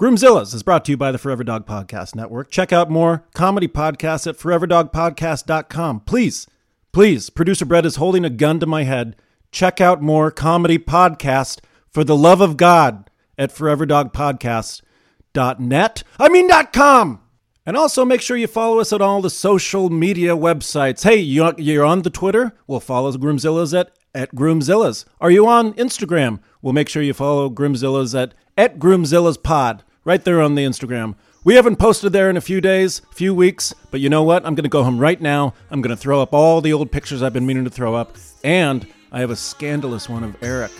Groomzillas is brought to you by the Forever Dog Podcast Network. Check out more comedy podcasts at foreverdogpodcast.com. Please, please, producer Brett is holding a gun to my head. Check out more comedy podcasts for the love of God at foreverdogpodcast.net. I mean, dot .com. And also make sure you follow us at all the social media websites. Hey, you- you're on the Twitter? Well, follow Groomzillas at, at Groomzillas. Are you on Instagram? Well, make sure you follow Groomzillas at, at Groomzillas Pod, right there on the Instagram. We haven't posted there in a few days, few weeks, but you know what? I'm going to go home right now. I'm going to throw up all the old pictures I've been meaning to throw up. And I have a scandalous one of Eric.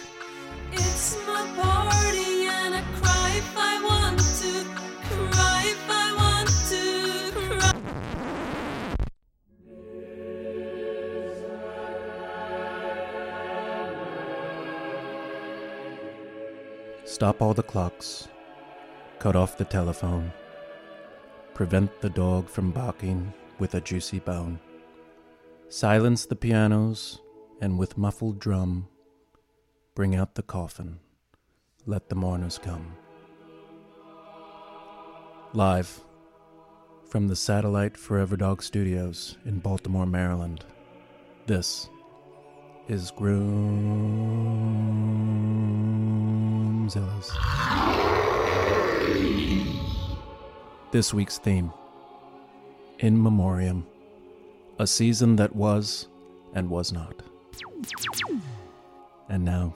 It's my party and I cry if I want to. Cry if I want to. Cry. Stop all the clocks. Cut off the telephone. Prevent the dog from barking with a juicy bone. Silence the pianos, and with muffled drum, bring out the coffin. Let the mourners come. Live from the Satellite Forever Dog Studios in Baltimore, Maryland. This is Groomzillas. This week's theme In Memoriam, a season that was and was not. And now,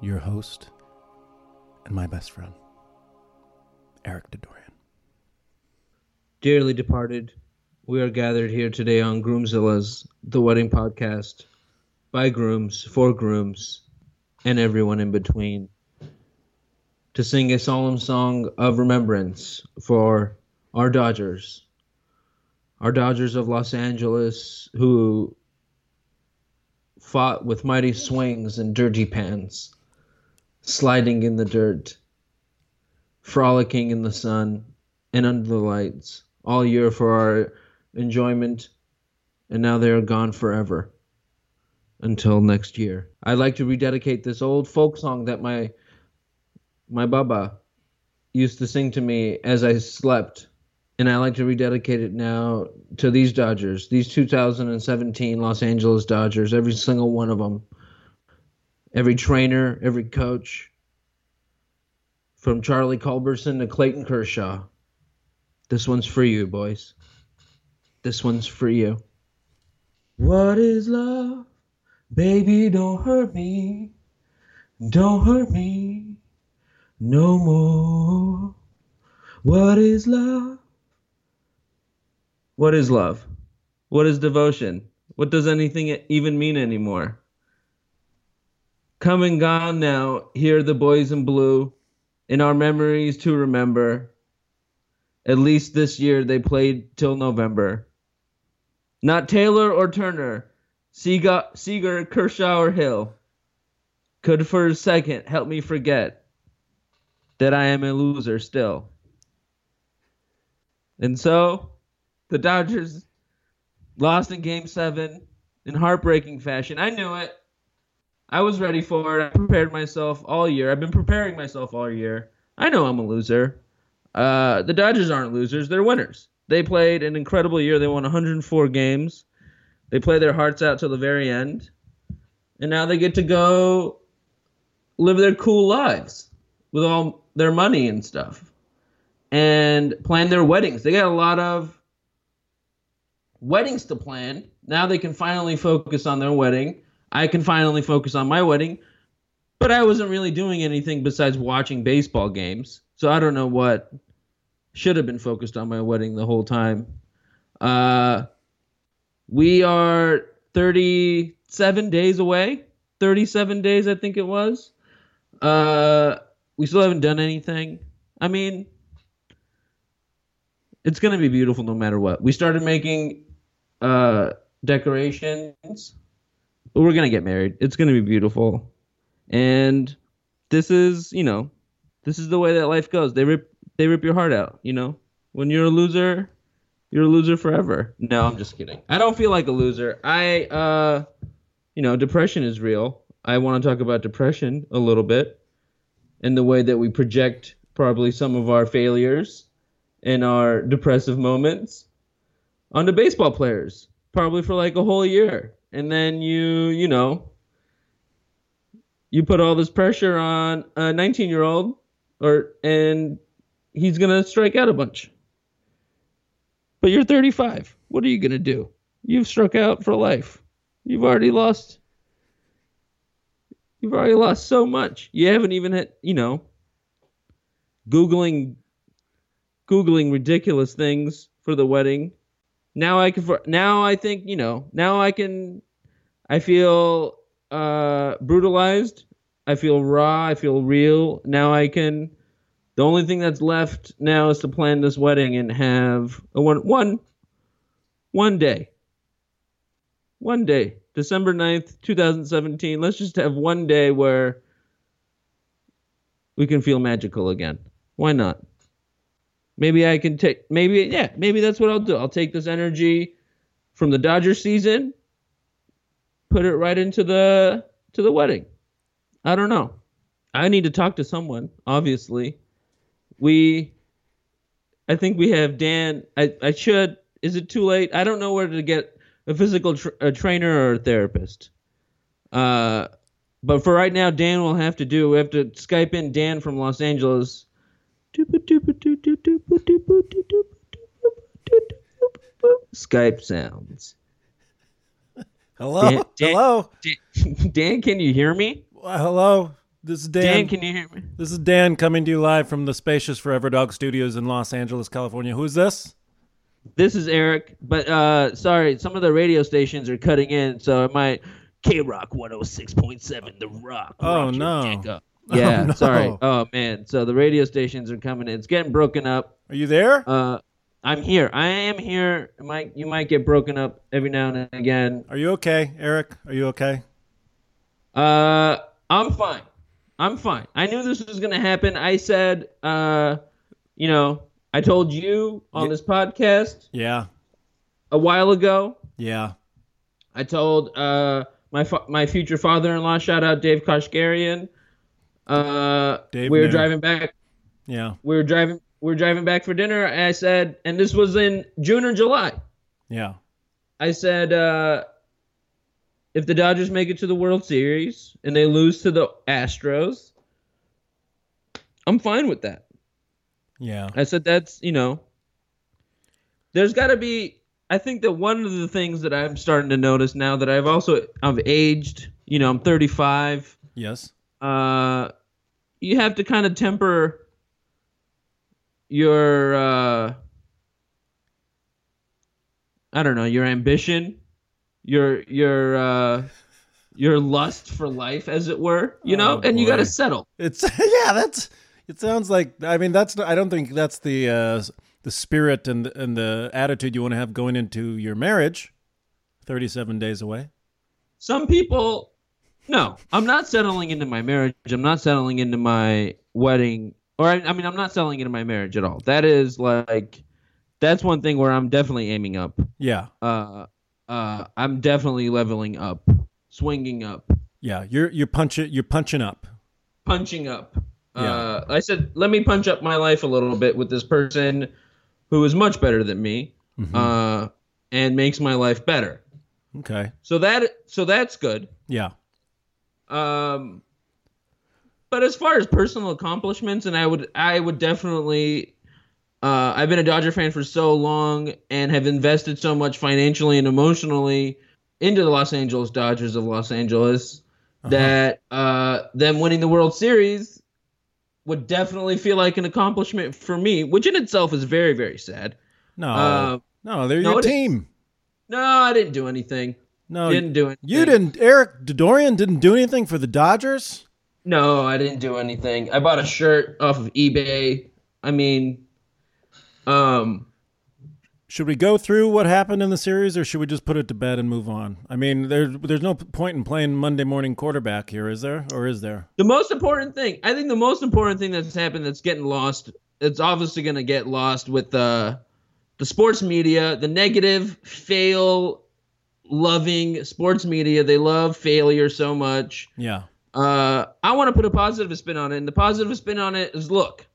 your host and my best friend, Eric DeDorian. Dearly departed, we are gathered here today on Groomzilla's The Wedding Podcast by grooms, for grooms, and everyone in between to sing a solemn song of remembrance for our Dodgers, our Dodgers of Los Angeles who fought with mighty swings and dirty pans, sliding in the dirt, frolicking in the sun and under the lights all year for our enjoyment, and now they are gone forever. Until next year, I'd like to rededicate this old folk song that my my baba used to sing to me as I slept, and I like to rededicate it now to these Dodgers, these 2017 Los Angeles Dodgers, every single one of them, every trainer, every coach, from Charlie Culberson to Clayton Kershaw. This one's for you, boys. This one's for you. What is love? Baby, don't hurt me. Don't hurt me no more. What is love? What is love? What is devotion? What does anything even mean anymore? Come and gone now, here the boys in blue, in our memories to remember. At least this year they played till November. Not Taylor or Turner, Seager, Seager Kershaw or Hill. Could for a second help me forget that I am a loser still. And so the Dodgers lost in game seven in heartbreaking fashion. I knew it. I was ready for it. I prepared myself all year. I've been preparing myself all year. I know I'm a loser. Uh, the Dodgers aren't losers, they're winners. They played an incredible year. They won 104 games. They play their hearts out till the very end. And now they get to go live their cool lives with all their money and stuff and plan their weddings. They got a lot of weddings to plan. Now they can finally focus on their wedding. I can finally focus on my wedding. But I wasn't really doing anything besides watching baseball games. So I don't know what should have been focused on my wedding the whole time. Uh, we are 37 days away. 37 days, I think it was. Uh, we still haven't done anything. I mean, it's gonna be beautiful no matter what. We started making uh, decorations, but we're gonna get married. It's gonna be beautiful, and this is you know, this is the way that life goes. They rip they rip your heart out. You know, when you're a loser, you're a loser forever. No, I'm just kidding. I don't feel like a loser. I uh, you know, depression is real. I want to talk about depression a little bit and the way that we project probably some of our failures and our depressive moments onto baseball players, probably for like a whole year. And then you, you know, you put all this pressure on a 19 year old or and he's going to strike out a bunch. But you're 35. What are you going to do? You've struck out for life. You've already lost You've already lost so much. You haven't even had, you know, googling googling ridiculous things for the wedding. Now I can for, now I think, you know, now I can I feel uh brutalized. I feel raw, I feel real. Now I can the only thing that's left now is to plan this wedding and have a one one one day. One day December 9th, 2017. Let's just have one day where we can feel magical again. Why not? Maybe I can take, maybe, yeah, maybe that's what I'll do. I'll take this energy from the Dodger season, put it right into the, to the wedding. I don't know. I need to talk to someone, obviously. We, I think we have Dan. I, I should, is it too late? I don't know where to get a physical tr a trainer or a therapist. Uh, but for right now, Dan will have to do. We have to Skype in Dan from Los Angeles. Skype sounds. Hello, Dan- Dan- hello, Dan- Dan, can you hear me? Well, hello. This is Dan. Dan, can you hear me? this is Dan coming to you live from the spacious Forever Dog Studios in Los Angeles, California. Who's this? This is Eric, but uh, sorry, some of the radio stations are cutting in, so it might. oh K Rock 106.7, The Rock. Oh, rock your no. dick up. Yeah, no. sorry. Oh, man. So the radio stations are coming in. It's getting broken up. Are you there? Uh, I'm here. I am here. It Might you might get broken up every now and again. Are you okay, Eric? Are you okay? Uh, I'm fine. I'm fine. I knew this was gonna happen. I said, uh, you know, I told you on this podcast Yeah, a while ago yeah. I told uh, my fa- my future father-in-law, shout out Dave Koshgarian. Uh, Dave we were knew. driving back. Yeah, We were driving. We were driving back for dinner. And I said, and this was in June or July. yeah. I said, uh, if the Dodgers make it to the World Series and they lose to the Astros, I'm fine with that. Yeah. I said that's you know, there's got to be. I think that one of the things that I'm starting to notice now that I've also I've aged. You know, I'm 35. Yes. Uh, you have to kind of temper your. Uh, I don't know your ambition, your your uh, your lust for life, as it were. You know, Oh, and you got boy. to settle. It's yeah. That's. It sounds like. I mean, that's. I don't think that's the uh, the spirit and and the attitude you want to have going into your marriage. Thirty-seven days away. some people no i'm not settling into my marriage i'm not settling into my wedding or i, I mean i'm not settling into my marriage at all that is like that's one thing where i'm definitely aiming up Yeah. uh uh i'm definitely leveling up swinging up Yeah. You're you're punching you're punching up. punching up Yeah. uh i said let me punch up my life a little bit with this person who is much better than me uh and makes my life better Okay. so that so that's good Yeah. Um, but as far as personal accomplishments, and I would, I would definitely. Uh, I've been a Dodger fan for so long and have invested so much financially and emotionally into the Los Angeles Dodgers of Los Angeles Uh-huh. that uh, them winning the World Series would definitely feel like an accomplishment for me, which in itself is very, very sad. No. Uh, no. They're no, your it is- team. no, I didn't do anything. No. didn't do anything. you didn't. Eric Dorian didn't do anything for the Dodgers. No, I didn't do anything. I bought a shirt off of eBay. I mean, um, Should we go through what happened in the series, or should we just put it to bed and move on? I mean, there's there's no point in playing Monday morning quarterback here, is there? Or is there? The most important thing, I think, the most important thing that's happened that's getting lost. It's obviously going to get lost with the the sports media, the negative, fail loving sports media. They love failure so much. Yeah. Uh, I want to put a positive spin on it, and the positive spin on it is look.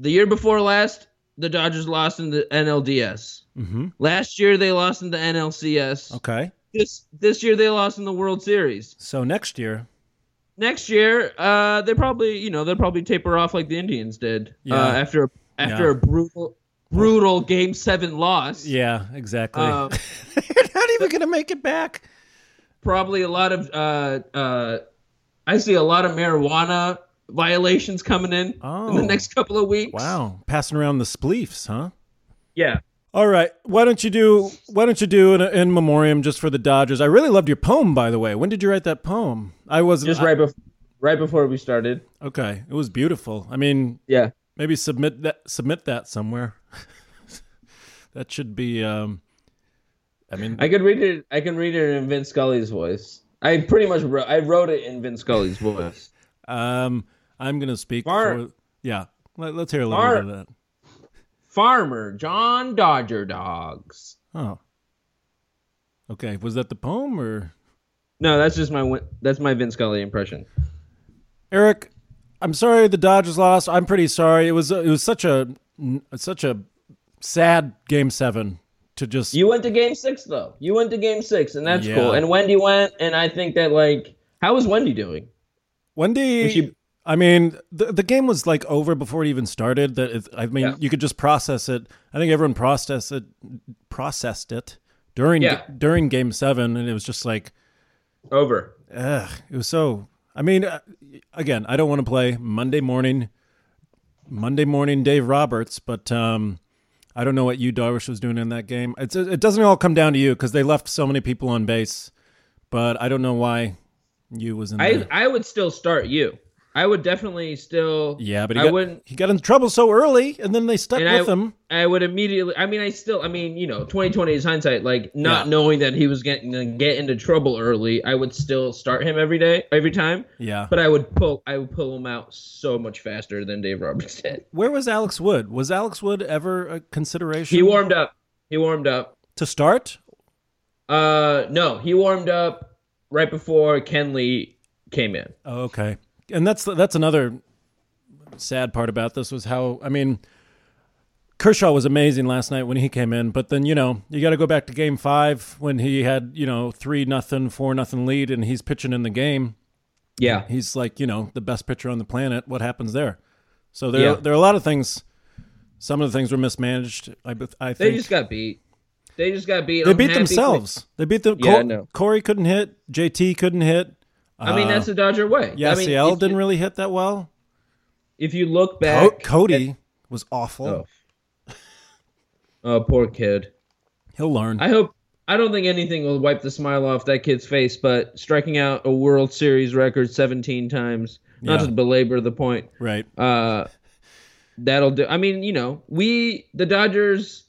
The year before last, the Dodgers lost in the NLDS. Mm-hmm. Last year, they lost in the NLCS. Okay. This this year, they lost in the World Series So next year, next year, uh, they probably you know they'll probably taper off like the Indians did Yeah. uh, after after Yeah. a brutal brutal Game Seven loss. yeah, exactly. Uh, You're not even gonna make it back. Probably a lot of uh, uh, I see a lot of marijuana violations coming in in Oh. the next couple of weeks. Wow, passing around the spleefs, huh? Yeah. All right, why don't you do why don't you do an in memoriam just for the Dodgers? I really loved your poem, by the way. When did you write that poem? I was Just right before right before we started. Okay, it was beautiful. I mean, Yeah. maybe submit that submit that somewhere. that should be. Um, I mean, I could read it. I can read it in Vince Scully's voice. I pretty much wrote, I wrote it in Vince Scully's voice. um, I'm gonna speak. Mark. For, yeah, Let, us hear a little bit of that. Farmer John Dodger Dogs. Oh, okay. Was that the poem or No, that's just my Win- that's my Vince Scully impression. Eric? I'm sorry the Dodgers lost. I'm pretty sorry. It was it was such a such a sad game seven to just You went to game six though. You went to game six, and that's Yeah. cool. And Wendy went, and I think that like, how is Wendy doing? Wendy, Was she- I mean, the the game was like over before it even started. That it, I mean, Yeah. you could just process it. I think everyone processed it, processed it during Yeah. during Game Seven, and it was just like, Over. ugh, it was so. I mean, uh, again, I don't want to play Monday morning, Monday morning Dave Roberts, but um, I don't know what you Darvish was doing in that game. It's, it doesn't all come down to you because they left so many people on base, but I don't know why you was in. I there. I would still start you. I would definitely still. Yeah, but he I got, wouldn't. he got in trouble so early, and then they stuck And I- with him. I would immediately. I mean, I still. I mean, you know, 2020 is hindsight. Like not Yeah. knowing that he was getting to get into trouble early, I would still start him every day, every time. Yeah. But I would pull. I would pull him out so much faster than Dave Roberts did. Where was Alex Wood? Was Alex Wood ever a consideration He warmed up. He warmed up. to start? Uh, no, he warmed up right before Kenley came in. Oh, okay. And that's that's another sad part about this was how I mean Kershaw was amazing last night when he came in, but then you know you got to go back to Game Five when he had you know three nothing, four nothing lead, and he's pitching in the game. Yeah, he's like you know the best pitcher on the planet. What happens there? So there Yeah. there are a lot of things. Some of the things were mismanaged. I be- I they think just got beat. They just got beat. they I'm beat happy themselves. They beat the Yeah, Col- I know. Corey couldn't hit. JT couldn't hit. for- I mean, that's the Dodger way. Yeah, I mean, CL if Uh, didn't you, really hit that well. If you look Co- back, Cody was awful. Oh. oh, poor kid. He'll learn. I hope. I don't think anything will wipe the smile off that kid's face, but striking out a World Series record 17 times, not Yeah. to belabor the point, right. uh, that'll do. I mean, you know, we the Dodgers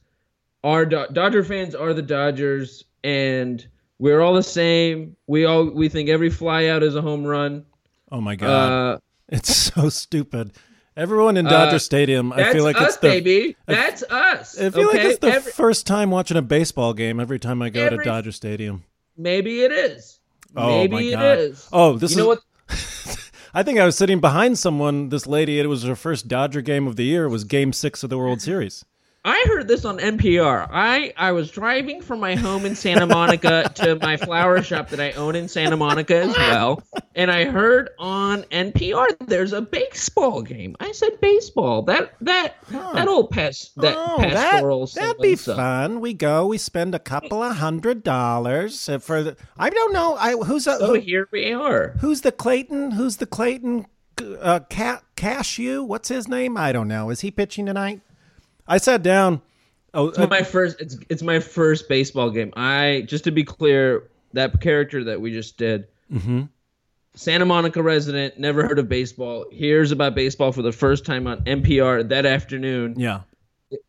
are Do- Dodger fans are the Dodgers, and we're all the same. We all we think every flyout is a home run. Oh my god, Uh, it's so stupid. Everyone in Dodger uh, Stadium, I that's feel like us, it's the baby. That's us. I feel okay? like it's the Every- first time watching a baseball game every time I go to Every- Dodger Stadium. maybe it is. Oh maybe my it god. is. Oh, this you know is what? I think I was sitting behind someone, this lady, it was her first Dodger game of the year. It was game six of the World Series. I heard this on NPR. I, I was driving from my home in Santa Monica to my flower shop that I own in Santa Monica as well. And I heard on NPR there's a baseball game. I said baseball. That that that old past that pastoral Oh, that'd be so-and-so. fun. We go, we spend a couple of hundred dollars uh, for the, I don't know, I who's a, uh, So who, here we are. who's the Clayton, who's the Clayton uh, ca- Cashew? What's his name? I don't know. Is he pitching tonight? I sat down. Oh, uh, It's my first it's it's my first Mm-hmm. baseball game. I just to be clear, that character that we just did Santa Monica resident, never heard of baseball, hears about baseball for the first time on NPR that afternoon, Yeah.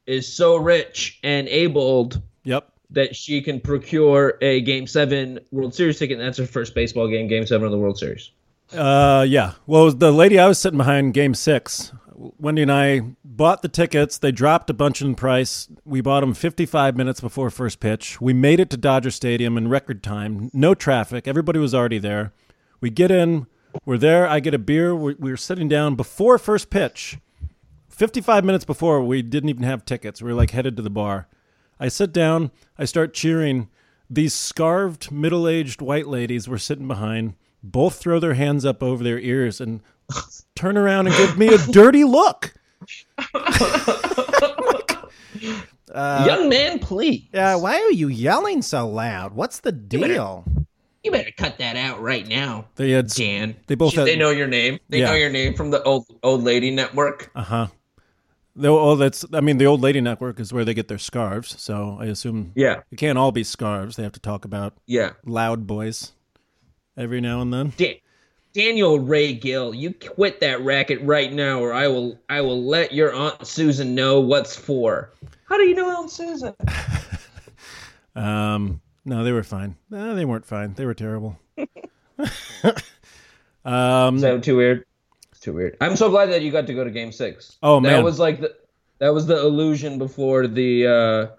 is so rich and abled Yep. that she can procure a Game 7 World Series ticket. And that's her first baseball game, Game 7 of the World Series. Uh, yeah. Well, it was the lady I was sitting behind game six, Wendy and I bought the tickets. They dropped a bunch in price. We bought them 55 minutes before first pitch. We made it to Dodger Stadium in record time. No traffic. Everybody was already there. We get in. We're there. I get a beer. We, we were sitting down before first pitch. 55 minutes before, we didn't even have tickets. We were like headed to the bar. I sit down. I start cheering. These scarved, middle aged white ladies were sitting behind, both throw their hands up over their ears and turn around and give me a dirty look. Young man, please. Uh, why are you yelling so loud? What's the deal? You better cut that out right now, They had. Dan. They both They had- know your name. They Yeah. know your name from the old old lady network. Uh huh. Oh, that's. I mean, the old lady network is where they get their scarves. So I assume Yeah, it can't all be scarves. They have to talk about yeah. loud boys every now and then. Dan- Daniel Ray Gill, you quit that racket right now, or I will I will let your aunt Susan know what's for. How do you know Aunt Susan? Um, no, they were fine. No, they weren't fine. They were terrible. um, Is that too weird? It's too weird. I'm so glad that you got to go to Game Six. Oh, that man. that was like the that was the illusion before the uh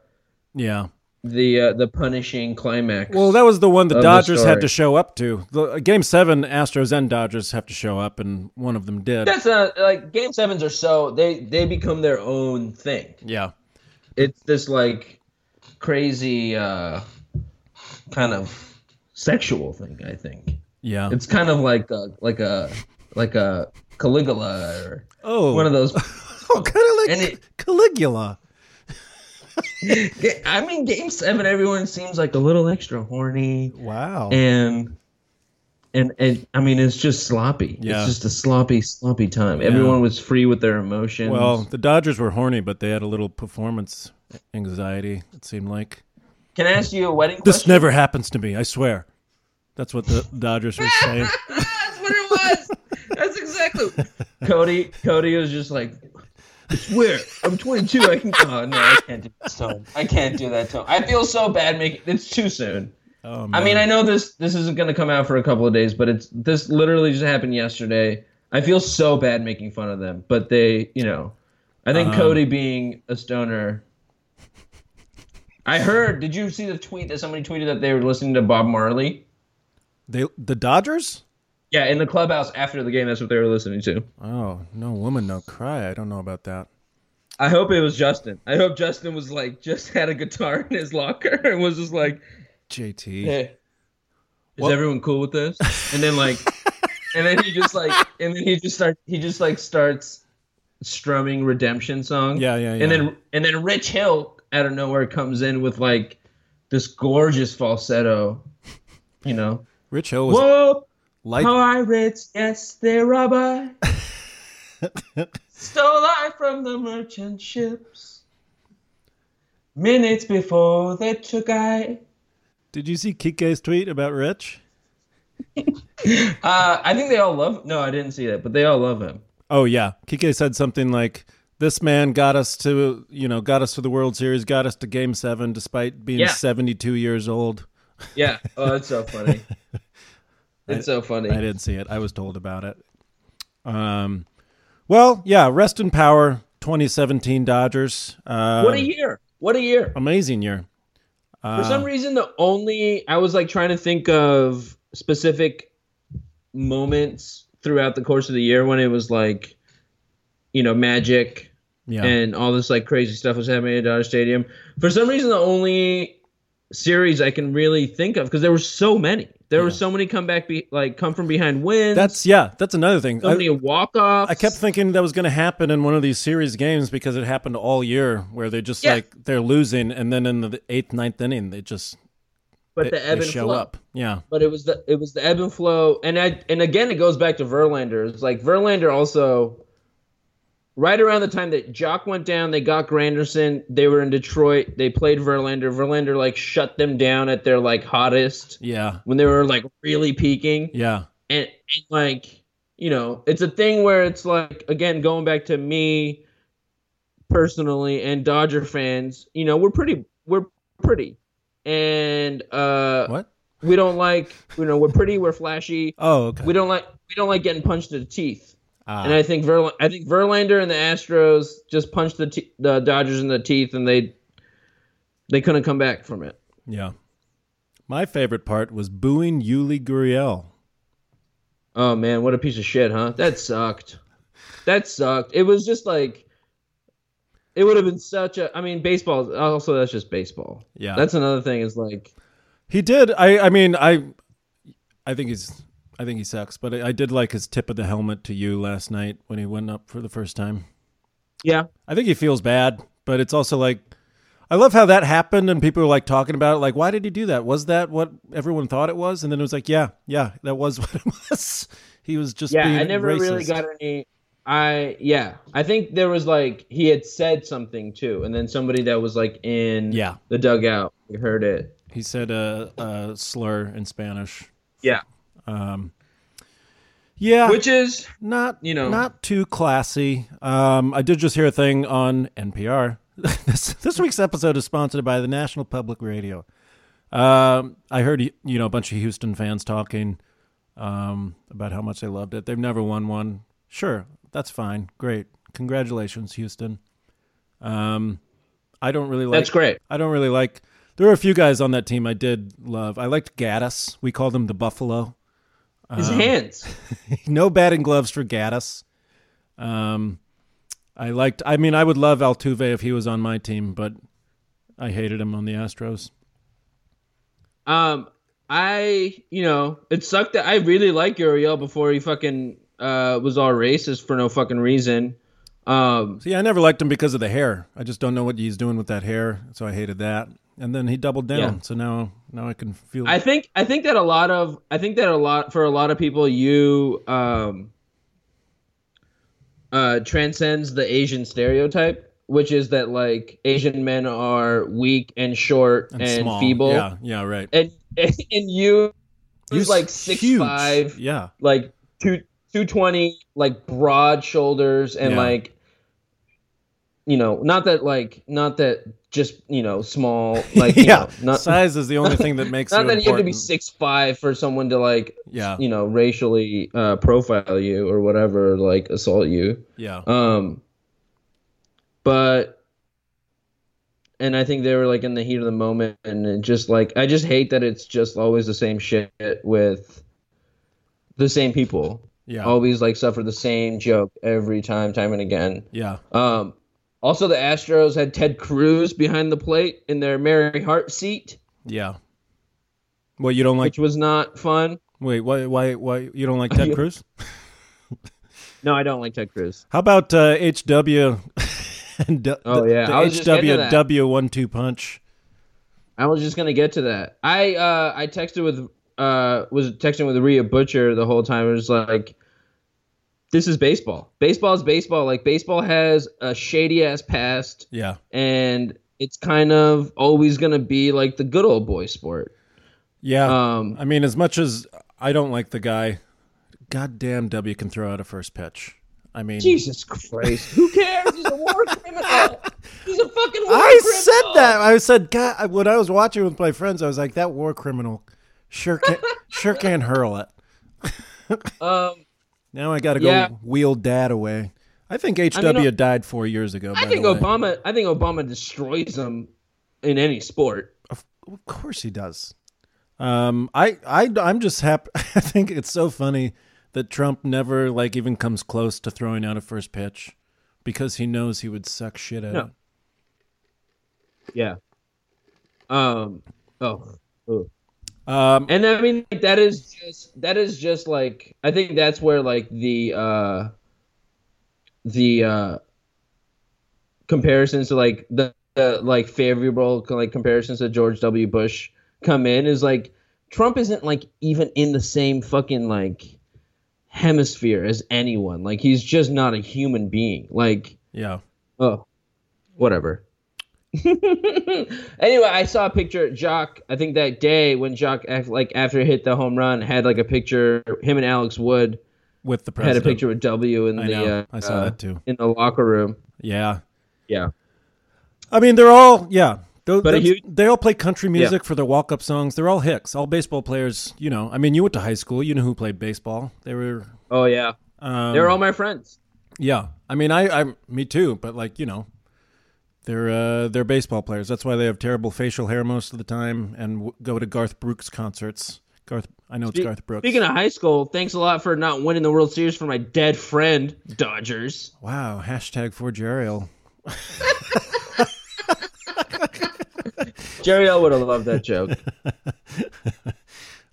yeah. the uh, the punishing climax. Well, that was the one the Love the Dodgers had story. to show up to. The, uh, game seven, Astros and Dodgers have to show up, and one of them did. that's not like Game Sevens are so they they become their own thing. yeah. it's this like crazy uh kind of sexual thing i think Yeah. it's kind of like a like a like a caligula or oh, one of those oh, kind of and like it- Caligula. i mean game seven everyone seems like a little extra horny Wow. and and and i mean it's just sloppy Yeah. it's just a sloppy sloppy time everyone was free with their emotions well, the Dodgers were horny, but they had a little performance anxiety. It seemed like can i ask you a wedding this question never happens to me. I swear. That's what the Dodgers were saying. That's what it was. That's exactly. Cody, Cody was just like, I swear, I'm 22. I can. Oh no, I can't do that tone. I can't do that tone. I feel so bad making. It's too soon. Oh, man. I mean, I know this. This isn't gonna come out for a couple of days, but it's this literally just happened yesterday. I feel so bad making fun of them, but they, you know, I Um, think Cody being a stoner. I heard. Did you see the tweet that somebody tweeted that they were listening to Bob Marley? They the Dodgers? Yeah, in the clubhouse after the game. That's what they were listening to. Oh, no woman, no cry. I don't know about that. I hope it was Justin. I hope Justin was like just had a guitar in his locker and was just like, JT. "Hey, is everyone cool with this?" And then like, and then he just like, and then he just start he just like starts strumming redemption song. Yeah, yeah, yeah. And then and then Rich Hill out of nowhere comes in with like this gorgeous falsetto, you know. Rich Hill was Whoa, light. pirates, yes, they rob I. Stole I from the merchant ships. Minutes before they took I. Did you see Kike's tweet about Rich? Uh, I think they all love. No, I didn't see that, but they all love him. Oh yeah, Kike said something like, "This man got us to, you know, got us to the World Series, got us to Game Seven, despite being Yeah. 72 years old." Yeah. Oh, that's so funny. It's so funny. I didn't see it. I was told about it. Um, well, yeah. Rest in power, 2017 Dodgers. Uh, what a year! What a year! amazing year. uh, For some reason, the only I was like trying to think of specific moments throughout the course of the year when it was like, you know, magic Yeah. and all this like crazy stuff was happening at Dodger Stadium. For some reason, the only series I can really think of because there were so many. There were so many comeback be- like come from behind wins. that's yeah. That's another thing. so I- many walk offs. I kept thinking that was going to happen in one of these series games because it happened all year where they just Yeah. like they're losing and then in the eighth, ninth inning they just they, but the ebb they and show flow. up. Yeah, But it was the it was the ebb and flow, and I and again it goes back to Verlander. It's like Verlander also, right around the time that Jock went down, they got Granderson. They were in Detroit. They played Verlander. Verlander like shut them down at their like hottest yeah, when they were like really peaking. yeah. and, and like you know it's a thing where it's like again going back to me personally and dodger fans you know we're pretty we're pretty and uh What? we don't like you know we're pretty we're flashy Oh, okay. we don't like we don't like getting punched in the teeth Ah. and I think Verl- I think Verlander and the Astros just punched the te- the Dodgers in the teeth, and they they couldn't come back from it. yeah. My favorite part was booing Yuli Gurriel. Oh man, what a piece of shit, huh? That sucked. That sucked. It was just like it would have been such a. I mean, baseball. Also, that's just baseball. Yeah. that's another thing. Is like He did. I. I mean, I. I think he's. I think he sucks. But I, I did like his tip of the helmet to you last night when he went up for the first time. yeah, I think he feels bad, but it's also like I love how that happened and people were like talking about it like why did he do that? Was that what everyone thought it was? And then it was like, yeah, yeah, that was what it was. He was just yeah. being I never really racist. got any. I yeah. I think there was like he had said something too, and then somebody that was like in Yeah. the dugout heard it. He said a, a slur in Spanish. Yeah. Yeah. Which is not you you know know. not too classy. Um, I did just hear a thing on NPR. this this week's episode is sponsored by the National Public Radio. Um, I heard you know a bunch of Houston fans talking um, about how much they loved it. They've never won one. Sure, that's fine. Great, congratulations, Houston. Um, I don't really like that's great. I don't really like. There were a few guys on that team I did love. I liked Gaddis. We called him the Buffalo His uh-huh. hands. no batting gloves for Gaddis. Um, I liked. I mean, I would love Altuve if he was on my team, but I hated him on the Astros. Um, I you know it sucked that I really liked Uriel before he fucking uh was all racist for no fucking reason. Um, See, I never liked him because of the hair. I just don't know what he's doing with that hair, so I hated that. And then he doubled down, Yeah. so now now I can feel. I think I think that a lot of I think that a lot for a lot of people you um uh transcends the Asian stereotype, which is that like Asian men are weak and short and, small. feeble, Yeah, yeah, right. and and you He's was like six huge. five. Yeah, like two two twenty, like broad shoulders and Yeah. like you know, not that like not that just you know small like you yeah. know, not Size is the only thing that makes. not you that you have to be important. six five for someone to like Yeah, you know racially uh, profile you or whatever like assault you. yeah. Um, but and I think they were like in the heat of the moment, and it just like I just hate that it's just always the same shit with the same people. Yeah. Always like suffer the same joke every time, time and again. yeah, Um, also, the Astros had Ted Cruz behind the plate in their Mary Hart seat, yeah. Well, you don't like? which was not fun. Wait, why? Why? Why you don't like Ted Cruz? No, I don't like Ted Cruz. How about uh, HW and d- Oh, the, yeah. the I was just getting to that. HWW one two punch? I was just gonna get to that. I uh, I texted with uh, was texting with Rhea Butcher the whole time. It was like, this is baseball. Baseball is baseball. Like baseball has a shady ass past, Yeah, and it's kind of always gonna be like the good old boy sport. yeah. Um, I mean, as much as I don't like the guy, goddamn W can throw out a first pitch. I mean, Jesus Christ, who cares? He's a war criminal. He's a fucking war I criminal. said that. I said, God, I- when I was watching with my friends, I was like, that war criminal sure can sure can hurl it. Um, Now I got to go Yeah. wheel dad away. I think HW I- died four years ago. I by think the way. Obama. I think Obama destroys him in any sport. Of course he does. Um, I, I, I'm just happy. I think it's so funny that Trump never like even comes close to throwing out a first pitch because he knows he would suck shit at No. it. Yeah. Um. Oh. ooh. Um, And I mean, like, that is just that is just like I think that's where like the uh the uh comparisons to like the, the like favorable like comparisons to George W. Bush come in is like Trump isn't like even in the same fucking like hemisphere as anyone. Like he's just not a human being. Like yeah. oh, whatever. anyway, I saw a picture Jock. I think that day when Jock act- like after he hit the home run had like a picture him and Alex Wood with the had a president. picture with W in I the know. uh, I saw that too. in the locker room. Yeah. Yeah. I mean, they're all yeah. They're, But a they're- huge- they all play country music for their walk-up songs. They're all hicks. All baseball players, you know. I mean, you went to high school. You know who played baseball. They were, Oh yeah. um, They're all my friends. yeah. I mean, I, I, me too. But like, you know, they're uh, they're baseball players. That's why they have terrible facial hair most of the time and w- go to Garth Brooks concerts. Garth, I know it's Garth Brooks. Speaking of high school, thanks a lot for not winning the World Series for my dead friend Dodgers. wow, hashtag for Ariel. Jerry L would have loved that joke.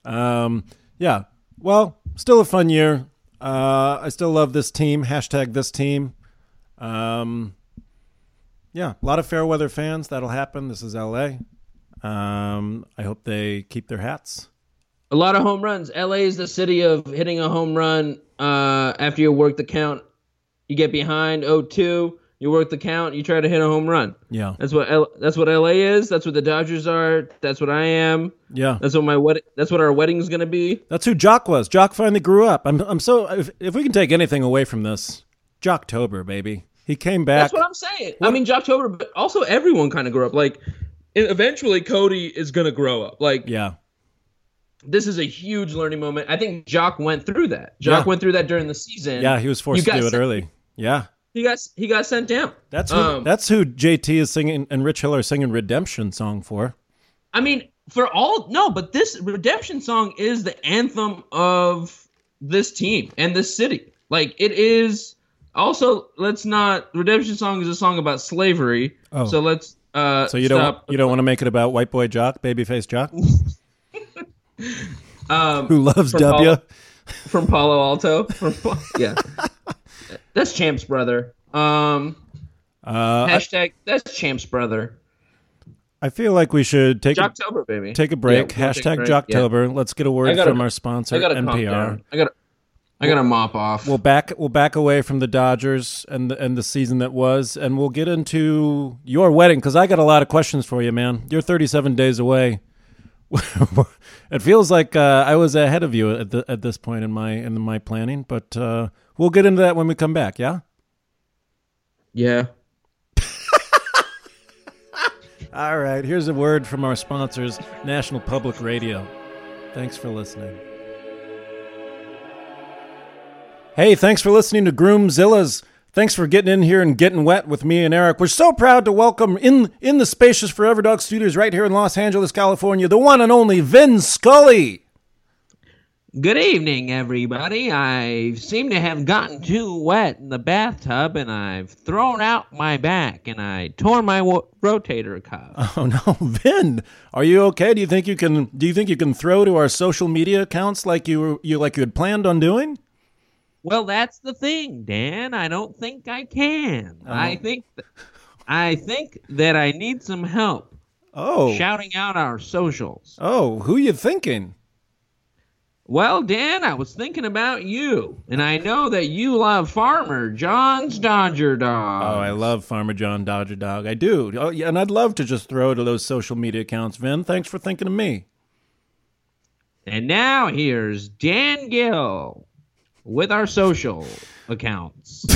Um, yeah. Well, still a fun year. Uh, I still love this team. Hashtag this team. Um, yeah, a lot of fair weather fans. That'll happen. This is LA. Um, I hope they keep their hats. a lot of home runs. LA is the city of hitting a home run uh, after you work the count. You get behind 0-2, you work the count, you try to hit a home run. Yeah. That's what L- that's what LA is. That's what the Dodgers are. That's what I am. Yeah. That's what my wed- that's what our wedding's gonna be. That's who Jock was. Jock finally grew up. I'm, I'm so, if, if we can take anything away from this, Jocktober, baby. He came back. That's what I'm saying. I mean, Jocktober, but also everyone kind of grew up. Like, e- eventually Cody is gonna grow up. Like, yeah. this is a huge learning moment. I think Jock went through that. Jock Yeah. went through that during the season. Yeah. He was forced You to got do it sent- early. Yeah. He got s- he got sent down. That's who, Um, that's who JT is singing and Rich Hill are singing Redemption song for. I mean, for all no, but this redemption song is the anthem of this team and this city. Like it is. Also, let's not. Redemption song is a song about slavery. Oh. So let's. Uh, So you don't stop. you don't want to make it about white boy jock, babyface jock, um, who loves For W. Paul- from Palo Alto. From, Pa- yeah, that's Champ's brother. Um, Uh, I, hashtag that's Champ's brother. I feel like we should take a, Jocktober, baby. take a break. Yeah, we'll take a Hashtag break. Jocktober. Let's get a word I gotta- from our Yeah. sponsor I gotta calm NPR. down. I gotta. I gotta mop off. We'll back we'll back away from the Dodgers and the, and the season that was, and we'll get into your wedding because I got a lot of questions for you, man. You're 37 days away. it feels like uh, I was ahead of you at the, at this point in my in my planning, but uh, we'll get into that when we come back. Yeah. yeah. All right, here's a word from our sponsors, National Public Radio. Thanks for listening. Hey, thanks for listening to Groomzilla's. Thanks for getting in here and getting wet with me and Eric. We're so proud to welcome in in the spacious Forever Dog Studios right here in Los Angeles, California, the one and only Vin Scully. Good evening, everybody. I seem to have gotten too wet in the bathtub, and I've thrown out my back, and I tore my wo- rotator cuff. Oh no, Vin, are you okay? Do you think you can do you think you can throw to our social media accounts like you were, you like you had planned on doing? Well, that's the thing, Dan. I don't think I can. Uh-huh. I think, th- I think that I need some help Oh. shouting out our socials. Oh, who you thinking? Well, Dan, I was thinking about you, and I know that you love Farmer John's Dodger Oh, Dog. I love Farmer John Dodger Dog. I do. Oh, yeah, and I'd love to just throw to those social media accounts, Vin. Thanks for thinking of me. And now here's Dan Gill with our social accounts.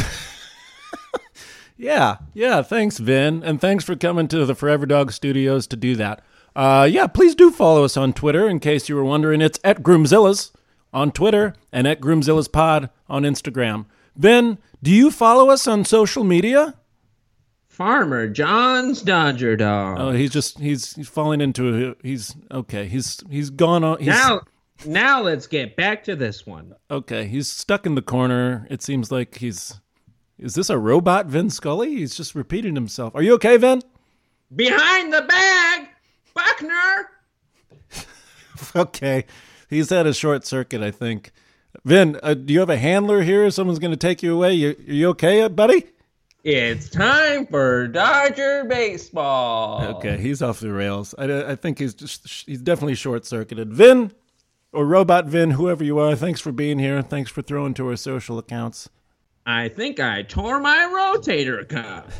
Yeah, yeah. Thanks, Vin, and thanks for coming to the Forever Dog Studios to do that. Uh, yeah, please do follow us on Twitter. In case you were wondering, it's at Groomzillas on Twitter and at Groomzillas Pod on Instagram. Vin, do you follow us on social media? Farmer John's Dodger Dog. Oh, he's just he's, he's falling into a, he's okay. He's he's gone on. He's, now, now let's get back to this one. Okay, he's stuck in the corner. It seems like he's. Is this a robot, Vin Scully? He's just repeating himself. Are you okay, Vin? Behind the bag, Buckner. Okay. He's had a short circuit, I think. Vin, uh, do you have a handler here? Someone's going to take you away. You, are you okay, uh, buddy? It's time for Dodger baseball. Okay, he's off the rails. I, I think he's just he's definitely short circuited. Vin or robot Vin, whoever you are, thanks for being here. Thanks for throwing to our social accounts. I think I tore my rotator cuff.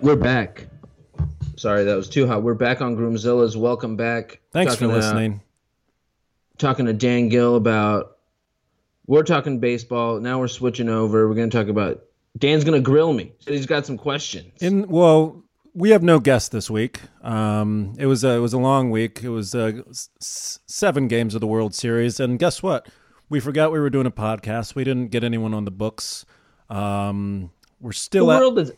We're back. Sorry, that was too hot. We're back on Groomzilla's. Welcome back. Thanks Talking for to- listening. talking to Dan Gill about. We're talking baseball. Now we're switching over. We're going to talk about. Dan's going to grill me. So he's got some questions. In well, we have no guest this week. Um, it was a, it was a long week. It was uh, s- s- seven games of the World Series, and guess what? We forgot we were doing a podcast. We didn't get anyone on the books. Um, we're the still at, world is.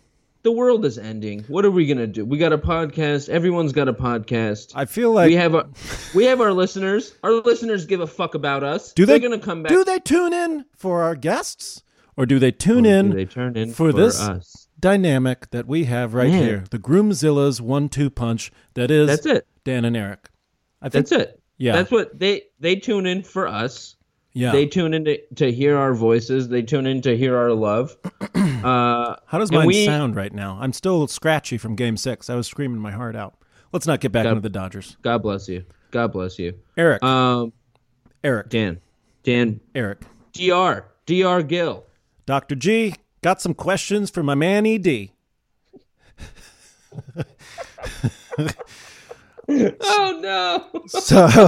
The world is ending. What are we gonna do? We got a podcast. Everyone's got a podcast. I feel like we have our, we have our listeners. Our listeners give a fuck about us. do they They're gonna come back? Do they tune in for our guests, or do they tune Or in? Oh, do they turn in for for, this? us? dynamic that we have right Man. here, the Groomzilla's one-two punch. That is That's it. Dan and Eric. I think That's it. Yeah. That's what they they tune in for us. yeah. They tune in to, to hear our voices. They tune in to hear our love. Uh, How does And mine we- sound right now? I'm still scratchy from game six. I was screaming my heart out. Let's not get back into the Dodgers. God bless you. God bless you. Eric, Um, Eric, Dan, Dan, Eric. Dr. Dr. Gill. Dr. G, got some questions for my man E ED. Oh no! So, So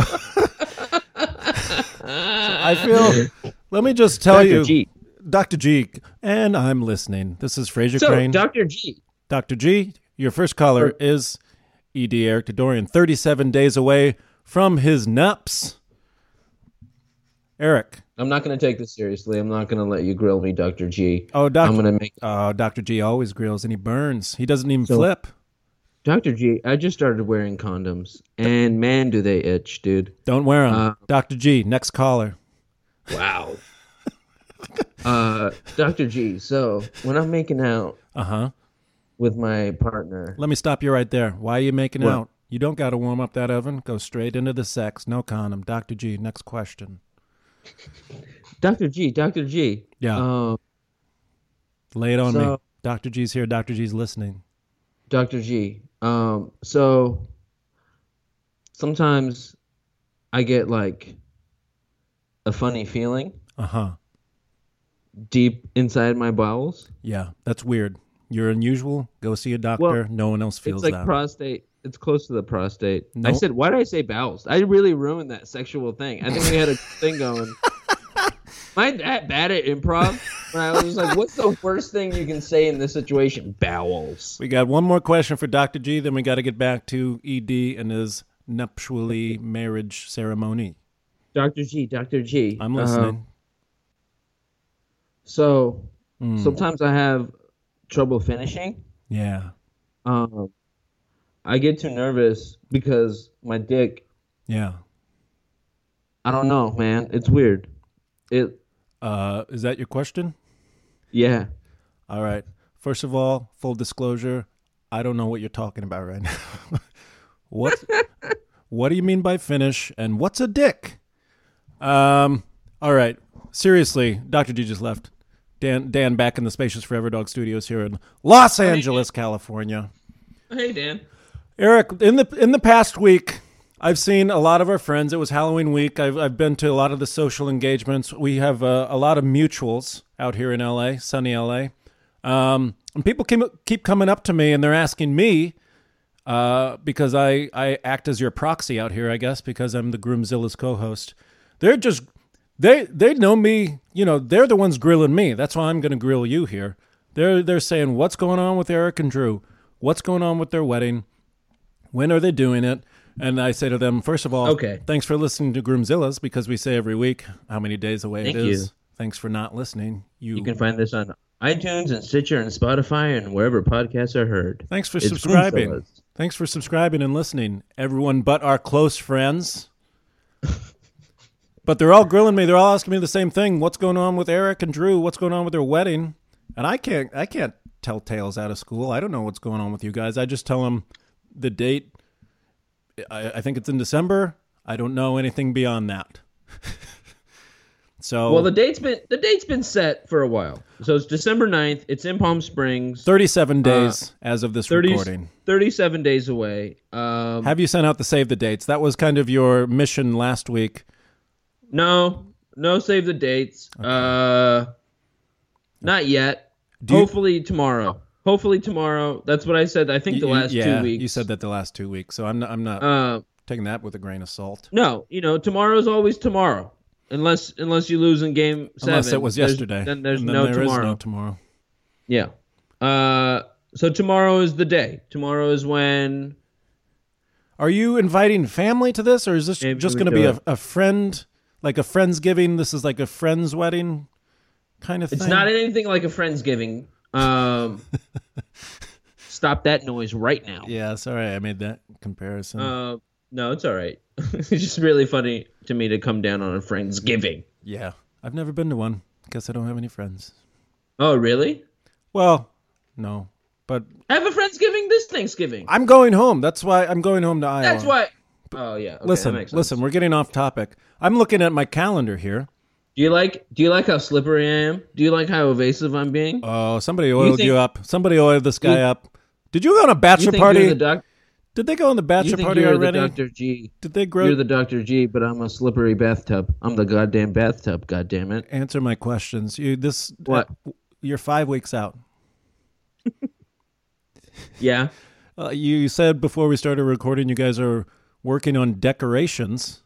I feel, let me just tell Dr. you, G. Dr. G, and I'm listening. This is Fraser So Crane. Dr. G. Dr. G, your first caller is ED Eric Dorian, 37 days away from his nups. Eric. I'm not going to take this seriously. I'm not going to let you grill me, Dr. G. Oh, Dr. I'm going to make Oh, Dr. G always grills and he burns. He doesn't even flip. Dr. G. I just started wearing condoms, and man, do they itch, dude. Don't wear them. Uh, Dr. G, next caller. Wow. uh, Dr. G, so when I'm making out Uh huh. with my partner, Let me stop you right there. Why are you making What? out? You don't got to warm up that oven. Go straight into the sex. No condom. Dr. G, next question. Dr. G, Dr. G. Yeah. Um, Lay it on me. So- Dr. G's here. Dr. G's listening. Dr. G. Um, so sometimes I get like a funny feeling Uh huh. deep inside my bowels. Yeah, that's weird. You're unusual. Go see a doctor. Well, no one else feels it's like that. prostate. It's close to the prostate. I Nope. said, why did I say bowels? I really ruined that sexual thing. I think we had a thing going. Am I that bad at improv? When I was like, what's the worst thing you can say in this situation? Bowels. we got one more question for Dr. G, then we got to get back to ED and his nuptially marriage ceremony. Dr. G, Dr. G. I'm uh, listening. so Mm, sometimes I have trouble finishing. yeah. Um, I get too nervous because my dick, Yeah. I don't know, man. It's weird. It, Uh, is that your question? yeah. All right. First of all, full disclosure, I don't know what you're talking about right now. what What do you mean by finish and what's a dick? Um all right. Seriously, Dr. G just left. Dan Dan back in the spacious Forever Dog Studios here in Los Angeles, California. Hey, Dan. Eric, in the in the past week, I've seen a lot of our friends. It was Halloween week. I've I've been to a lot of the social engagements. We have uh, a lot of mutuals out here in LA, sunny LA, um, and people keep keep coming up to me and they're asking me uh, because I I act as your proxy out here, I guess, because I'm the Groomzilla's co-host. They're just they they know me. You know, they're the ones grilling me. That's why I'm going to grill you here. They're they're saying what's going on with Eric and Drew. What's going on with their wedding? when are they doing it? And I say to them, first of all, Okay. thanks for listening to Groomzilla's because we say every week how many days away it Thank is. you. Thanks for not listening. You, You can find this on iTunes and Stitcher and Spotify and wherever podcasts are heard. thanks for It's subscribing. Groomzilla's. Thanks for subscribing and listening, everyone but our close friends. but they're all grilling me. They're all asking me the same thing. What's going on with Eric and Drew? What's going on with their wedding? And I can't I can't tell tales out of school. I don't know what's going on with you guys. I just tell them the date. I, I think it's in December. I don't know anything beyond that. so Well, the date's been the date's been set for a while. So it's December 9th. It's in Palm Springs. 37 days as of this 30 recording. 37 days away. Um, Have you sent out the save the dates? That was kind of your mission last week. no, no save the dates. Uh, not yet. you- Hopefully tomorrow. Hopefully tomorrow. That's what I said. I think the You- last yeah, two weeks. You said that the last two weeks, so I'm not, I'm not Uh, taking that with a grain of salt. no, you know, tomorrow's always tomorrow, unless unless you lose in game seven. Unless it was There's- yesterday. Then there's And then no there is tomorrow. no tomorrow. Yeah. Uh, so tomorrow is the day. Tomorrow is when Are you inviting family to this, or is this Maybe just we going to do be a, it. a friend, like a friendsgiving? This is like a friend's wedding kind of thing. it's not anything like a friendsgiving. Um, stop that noise right now. yeah, sorry, I made that comparison. Uh, no, it's all right. it's just really funny to me to come down on a friendsgiving. yeah, I've never been to one. Guess I don't have any friends. Oh, really? Well, no, but Have a friendsgiving this Thanksgiving. I'm going home. That's why I'm going home to Iowa. That's why. Oh yeah. okay, that Listen, makes sense. listen, we're getting off topic. I'm looking at my calendar here. Do you like Do you like how slippery I am? Do you like how evasive I'm being? Oh, somebody oiled you, think- up. Somebody oiled this guy up. Did you go on a bachelor you think party? you're the doc- Did they go on the You bachelor think party you're already? the Dr. G. Did they grow? You're the Dr. G, but I'm a slippery bathtub. I'm the goddamn bathtub. God damn it. Answer my questions. You this uh, What? You're five weeks out. Yeah. Uh, you said before we started recording, you guys are working on decorations.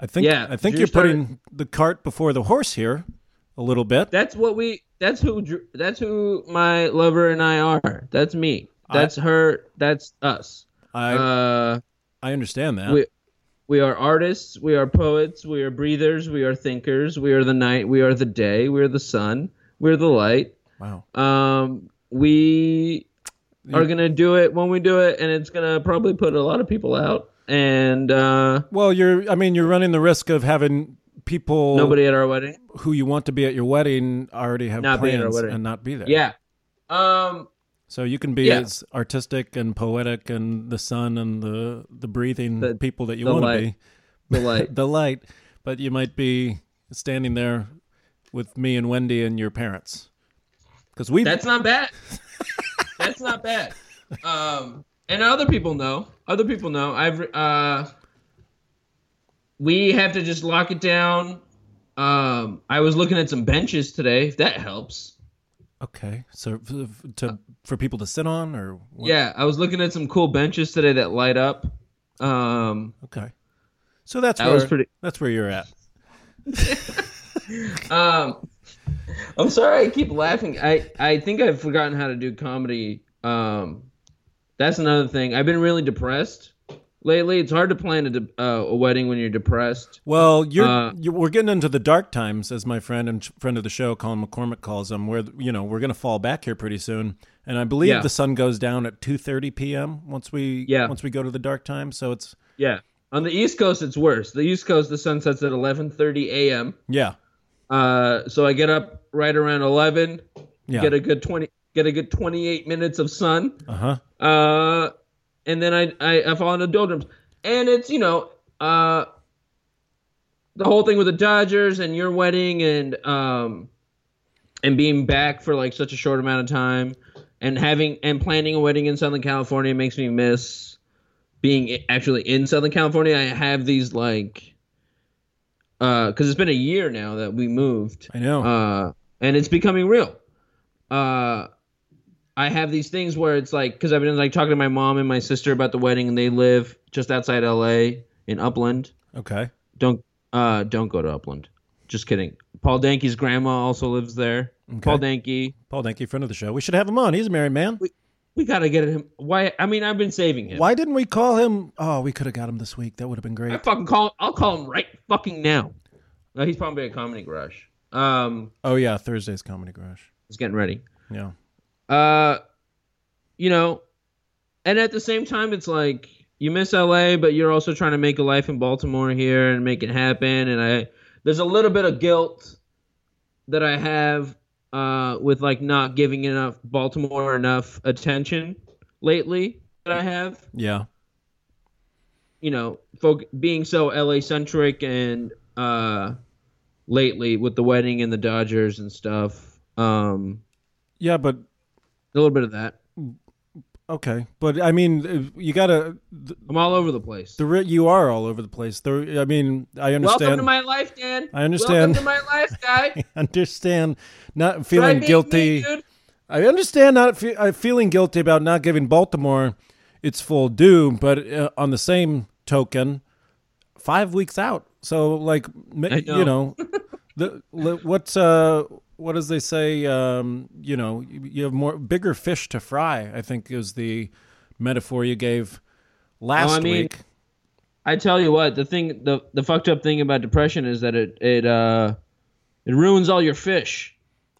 I think. Yeah, I think Drew you're started- putting the cart before the horse here, a little bit. That's what we. That's who. Drew- That's who my lover and I are. That's me. That's her. That's us. I Uh, I understand that. we we are artists. We are poets. We are breathers. We are thinkers. We are the night. We are the day. We are the sun. We're the light. wow. Um, we are gonna do it when we do it, and it's gonna probably put a lot of people out. And uh, Well, you're. I mean, you're running the risk of having people nobody at our wedding. who you want to be at your wedding already have Not be at our plans wedding. and not be there. Yeah. Um. So you can be Yeah. as artistic and poetic and the sun and the the breathing The- people that you the want to light. be. The light. the light, but you might be standing there with me and Wendy and your parents. Because we That's not bad. That's not bad. Um, and other people know. Other people know. I've uh, we have to just lock it down. Um, I was looking at some benches today. If that helps. okay. So f- to for people to sit on or what? Yeah, I was looking at some cool benches today that light up. Um, okay. So that's That where was pretty- that's where you're at. um, I'm sorry I keep laughing. I I think I've forgotten how to do comedy. Um, that's another thing. I've been really depressed lately. It's hard to plan a, de- uh, a wedding when you're depressed. Well, you're, Uh, you we're getting into the dark times, as my friend and ch- friend of the show, Colin McCormick, calls them. Where you know we're going to fall back here pretty soon, and I believe Yeah. the sun goes down at two thirty p.m. once we Yeah. once we go to the dark time. So it's Yeah. On the East Coast, it's worse. The East Coast, the sun sets at 11:30 a.m. yeah Uh, so I get up right around 11, yeah get a good 20, get a good 28 minutes of sun, uh huh uh, and then I, I I fall into doldrums. And it's you know uh, the whole thing with the Dodgers and your wedding and um, and being back for like such a short amount of time and having and planning a wedding in Southern California makes me miss being i- actually in Southern California. I have these like because it's been a year now that we moved I know uh, and it's becoming real. Uh, I have these things where it's like because I've been like talking to my mom and my sister about the wedding, and they live just outside L.A. in Upland. okay Don't uh, don't go to Upland. Just kidding. Paul Danke's grandma also lives there. Paul Danke. Paul Danke, friend of the show. We should have him on. He's a married man. We gotta get him. Why? I mean, I've been saving him. Why didn't we call him? Oh, we could have got him this week. That would have been I great. fucking call. I'll call him right fucking now. No, he's probably at Comedy Garage. Um, Oh yeah, Thursday's comedy garage. he's getting ready. Yeah. uh you know and at the same time it's like you miss LA but you're also trying to make a life in Baltimore here and make it happen and I there's a little bit of guilt that I have uh with like not giving enough Baltimore enough attention lately that I have Yeah. you know, folk being so LA centric and uh lately with the wedding and the Dodgers and stuff um Yeah, but a little bit of that okay. But I mean, uh, you gotta. The, I'm all over the place the re- you are all over the place. The I mean, I understand. Welcome to my life, Dan. I understand. Welcome to my life, guy. understand not Try feeling being guilty. me, dude. I understand not fe- uh, feeling guilty about not giving Baltimore its full due, but uh, on the same token, five weeks out. So like ma- I you know, the li- what uh, what does they say? Um, you know, you you have more bigger fish to fry. I think is the metaphor you gave last mean- week. I tell you what, the thing, the the fucked up thing about depression is that it it uh it ruins all your fish,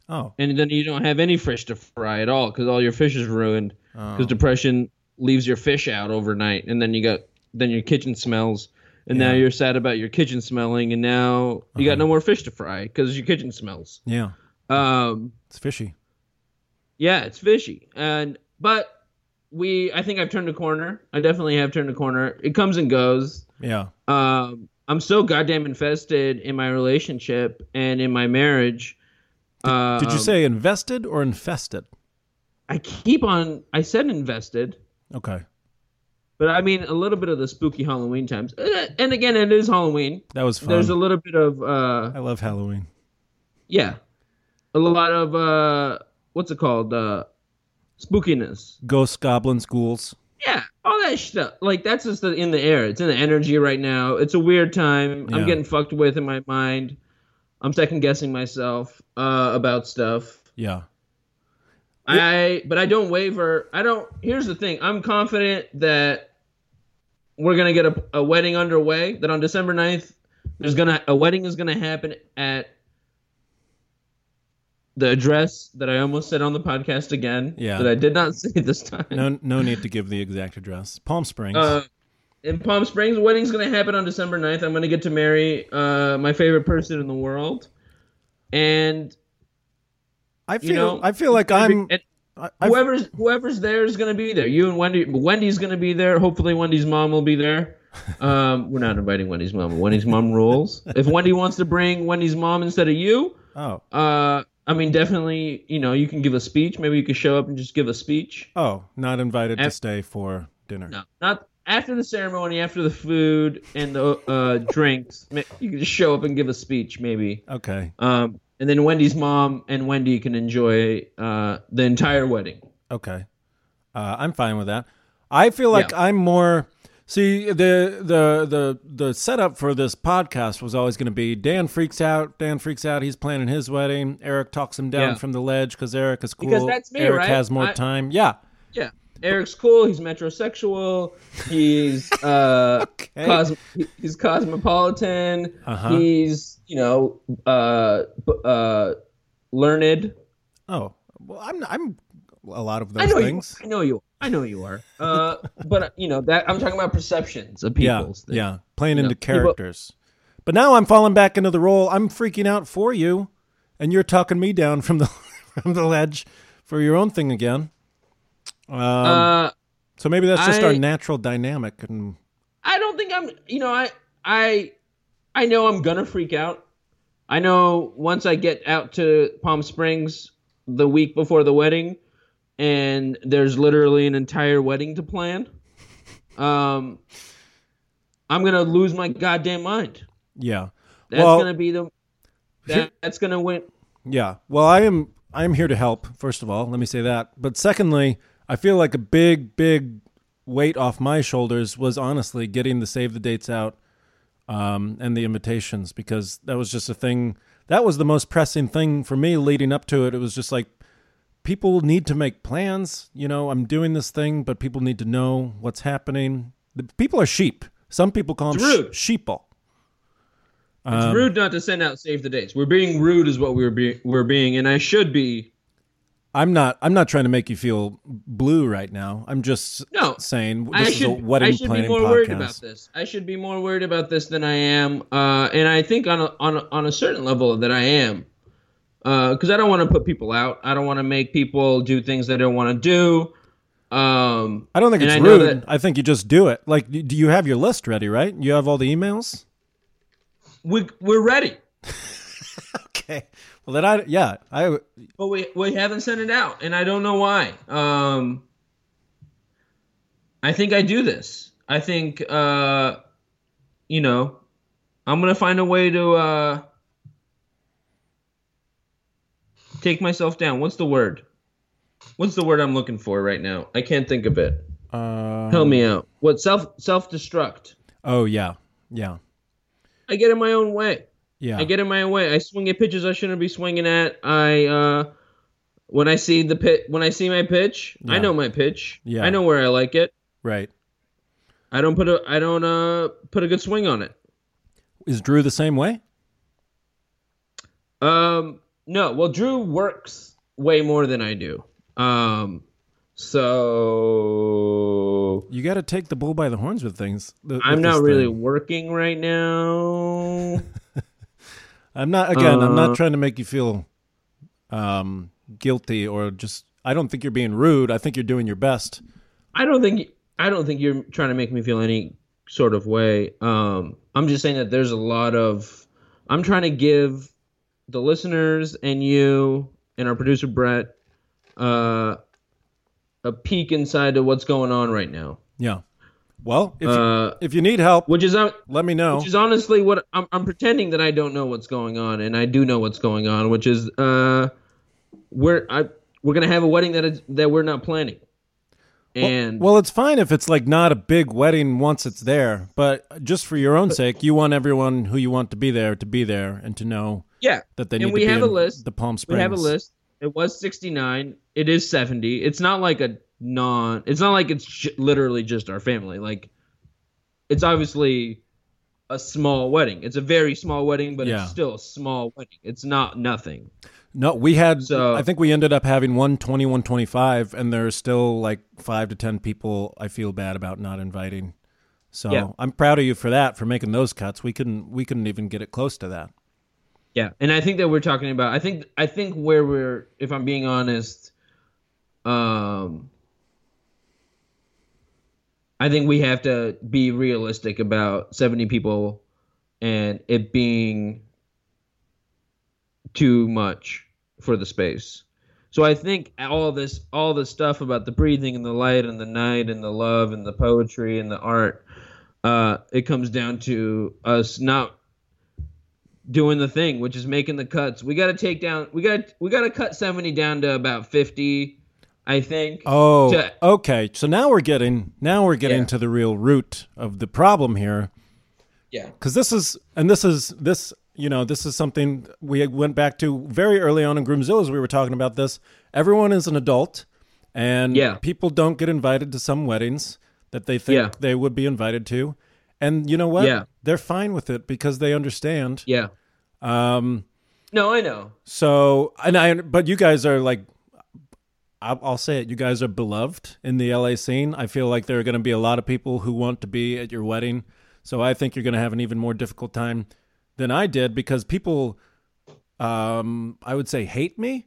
Oh, and then you don't have any fish to fry at all because all your fish is ruined Oh. because depression leaves your fish out overnight, and then you got then your kitchen smells, and now you're sad about your kitchen smelling, and now you Uh-huh. got no more fish to fry because your kitchen smells. yeah, Um, it's fishy. yeah, it's fishy. And but we I think I've turned a corner. I definitely have turned a corner. It comes and goes. Yeah, Um I'm so goddamn infested in my relationship and in my marriage. Uh, did you say invested or infested? I keep on I said invested, Okay, but I mean a little bit of the spooky Halloween times. Uh, And again, it is Halloween. that was fun. There's a little bit of uh I love Halloween. yeah. A lot of uh what's it called? Uh spookiness. Ghosts, goblins, ghouls. Yeah, all that stuff. Like that's just the, in the air. It's in the energy right now. It's a weird time. Yeah. I'm getting fucked with in my mind. I'm second guessing myself uh, about stuff. Yeah. I but I don't waver. I don't. Here's the thing. I'm confident that we're gonna get a, a wedding underway. That on December 9th, there's gonna a wedding is gonna happen at the address that I almost said on the podcast again. Yeah. That I did not say this time. No, no need to give the exact address. Palm Springs. Uh, in Palm Springs, wedding's gonna happen on December 9th. I'm gonna get to marry uh, my favorite person in the world, and I feel. you know, I feel like I'm. and I, I- whoever's whoever's there is gonna be there. You and Wendy, Wendy's gonna be there. Hopefully, Wendy's mom will be there. Um, we're not inviting Wendy's mom. Wendy's mom rules. If Wendy wants to bring Wendy's mom instead of you, oh, uh, I mean, definitely, you know, you can give a speech. Maybe you could show up and just give a speech. oh, not invited to F- stay for dinner. No, not after the ceremony, after the food and the uh, drinks. ma- You can just show up and give a speech, maybe. Okay. Um, and then Wendy's mom and Wendy can enjoy uh, the entire wedding. Okay. Uh, I'm fine with that. I feel like I'm more. See the the the the setup for this podcast was always going to be Dan freaks out. Dan freaks out. He's planning his wedding. Eric talks him down Yeah. from the ledge because Eric is cool. Because that's me, Eric right? has more I- time. Yeah. Yeah, Eric's cool. He's metrosexual. He's uh, Okay. cos- he's cosmopolitan. Uh-huh. He's you know uh, b- uh, learned. Oh well, I'm I'm a lot of I those know things. you. I know you. I know you are. Uh, but uh, you know that I'm talking about perceptions of yeah, people's. things. yeah, playing you into know, people- characters. But now I'm falling back into the role. I'm freaking out for you, and you're talking me down from the from the ledge for your own thing again. Um, Uh, so maybe that's just our I- natural dynamic. And I don't think I'm. You know, I I I know I'm gonna freak out. I know once I get out to Palm Springs the week before the wedding, and there's literally an entire wedding to plan. Um, I'm gonna lose my goddamn mind. yeah, That's Well- gonna be the. That, that's gonna win. Yeah. Well, I am I am here to help, first of all. Let me say that. But secondly, I feel like a big big weight off my shoulders was honestly getting the save the dates out um and the invitations because that was just a thing that was the most pressing thing for me leading up to it. It was just like people need to make plans, you know, I'm doing this thing, but people need to know what's happening. The people are sheep. Some people call It's them rude. sh- sheeple. It's rude not to send out save the dates. We're being rude, is what we're being. We're being, and I should be. I'm not. I'm not trying to make you feel blue right now. I'm just No, saying this I is should, a wedding I should planning be more podcast. worried about this. I should be more worried about this than I am, uh, and I think on a, on a, on a certain level that I am, because I don't want to put people out. I don't want to make people do things they don't want to do. Um, I don't think and it's I know rude. that- I think you just do it. Like, y- do you have your list ready? Right? You have all the emails. we we're ready, Okay. Well, then I yeah I but we we haven't sent it out, and I don't know why. Um, I think I do this. I think uh, you know, I'm gonna find a way to uh, take myself down. What's the word? What's the word I'm looking for right now? I can't think of it. Uh, Help me out. What self self destruct? oh yeah, yeah, I get in my own way. yeah. I get in my own way. I swing at pitches I shouldn't be swinging at. I uh, when I see the pit, when I see my pitch, I Yeah. know my pitch. Yeah. I know where I like it. right. I don't put a I don't uh put a good swing on it. Is Drew the same way? Um, no, well, Drew works way more than I do. Um, so You got to take the bull by the horns with things. th- with I'm this not really thing. working right now. I'm not. Again, I'm Uh, not trying to make you feel um, guilty or just. I don't think you're being rude. I think you're doing your best. I don't think I don't think you're trying to make me feel any sort of way. Um, I'm just saying that there's a lot of I'm trying to give the listeners and you and our producer Brett uh, a peek inside to what's going on right now, Yeah. Well, if you, Uh, if you need help, which is out. let me know. Which is honestly what I'm, I'm pretending that I don't know what's going on, and I do know what's going on, which is uh, we're I we're gonna have a wedding that is that we're not planning, and well, it's fine if it's like not a big wedding once it's there, but just for your own sake, you want everyone who you want to be there to be there and to know yeah, that they And need we to be have in a list. the Palm we Springs. have a list. It was 69. It is 70. It's not like a non. It's not like it's j- literally just our family. Like it's obviously a small wedding. It's a very small wedding, but Yeah. it's still a small wedding. It's not nothing. No, we had. So- I think we ended up having one twenty, one twenty-five, and there's still like five to ten people. I feel bad about not inviting. So Yeah. I'm proud of you for that for making those cuts. We couldn't. We couldn't even get it close to that. Yeah, and I think that we're talking about. I think I think where we're, if I'm being honest, um, I think we have to be realistic about 70 people, and it being too much for the space. So I think all this, all the stuff about the breathing and the light and the night and the love and the poetry and the art, uh, it comes down to us not doing the thing, which is making the cuts. We got to take down. We got to we got to cut seventy down to about fifty, I think. Oh, To- okay. So now we're getting. Now we're getting Yeah. to the real root of the problem here. yeah, because this is and this is this you know this is something we went back to very early on in groomzilla's we were talking about this everyone is an adult and Yeah. people don't get invited to some weddings that they think Yeah. they would be invited to and you know what Yeah. they're fine with it because they understand yeah. um No, I know. so and i but you guys are like I'll I'll say it. You guys are beloved in the LA scene. I feel like there are going to be a lot of people who want to be at your wedding. So I think you're going to have an even more difficult time than I did because people, um, I would say, hate me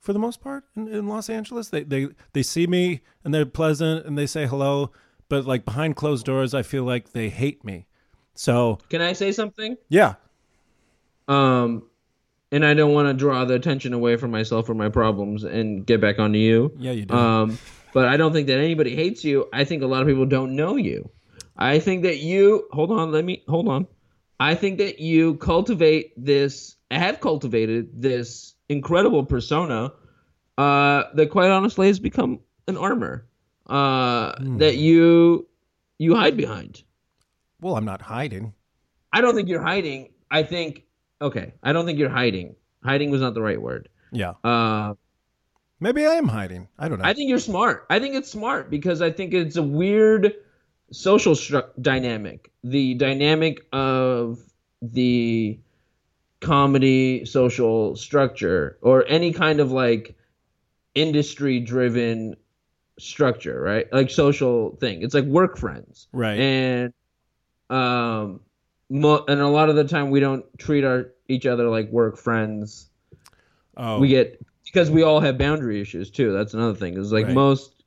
for the most part in, in Los Angeles. They, they, they see me and they're pleasant and they say hello. But like behind closed doors, I feel like they hate me. So Can I say something? yeah, Um, and I don't want to draw the attention away from myself or my problems and get back onto you. yeah, you do. Um, but I don't think that anybody hates you. I think a lot of people don't know you. I think that you hold on, let me hold on. I think that you cultivate this have cultivated this incredible persona uh, that quite honestly has become an armor uh, that you you hide behind. well, I'm not hiding. I don't think you're hiding. I think okay. I don't think you're hiding. Hiding was not the right word. Yeah, Uh, maybe I am hiding. I don't know. I think you're smart. I think it's smart because I think it's a weird social stru- dynamic. The dynamic of the comedy social structure or any kind of like industry driven structure, right? Like social thing. It's like work friends. Right. And um mo- and a lot of the time we don't treat our each other like work friends oh, we get because we all have boundary issues too. That's another thing. Is like Right. most,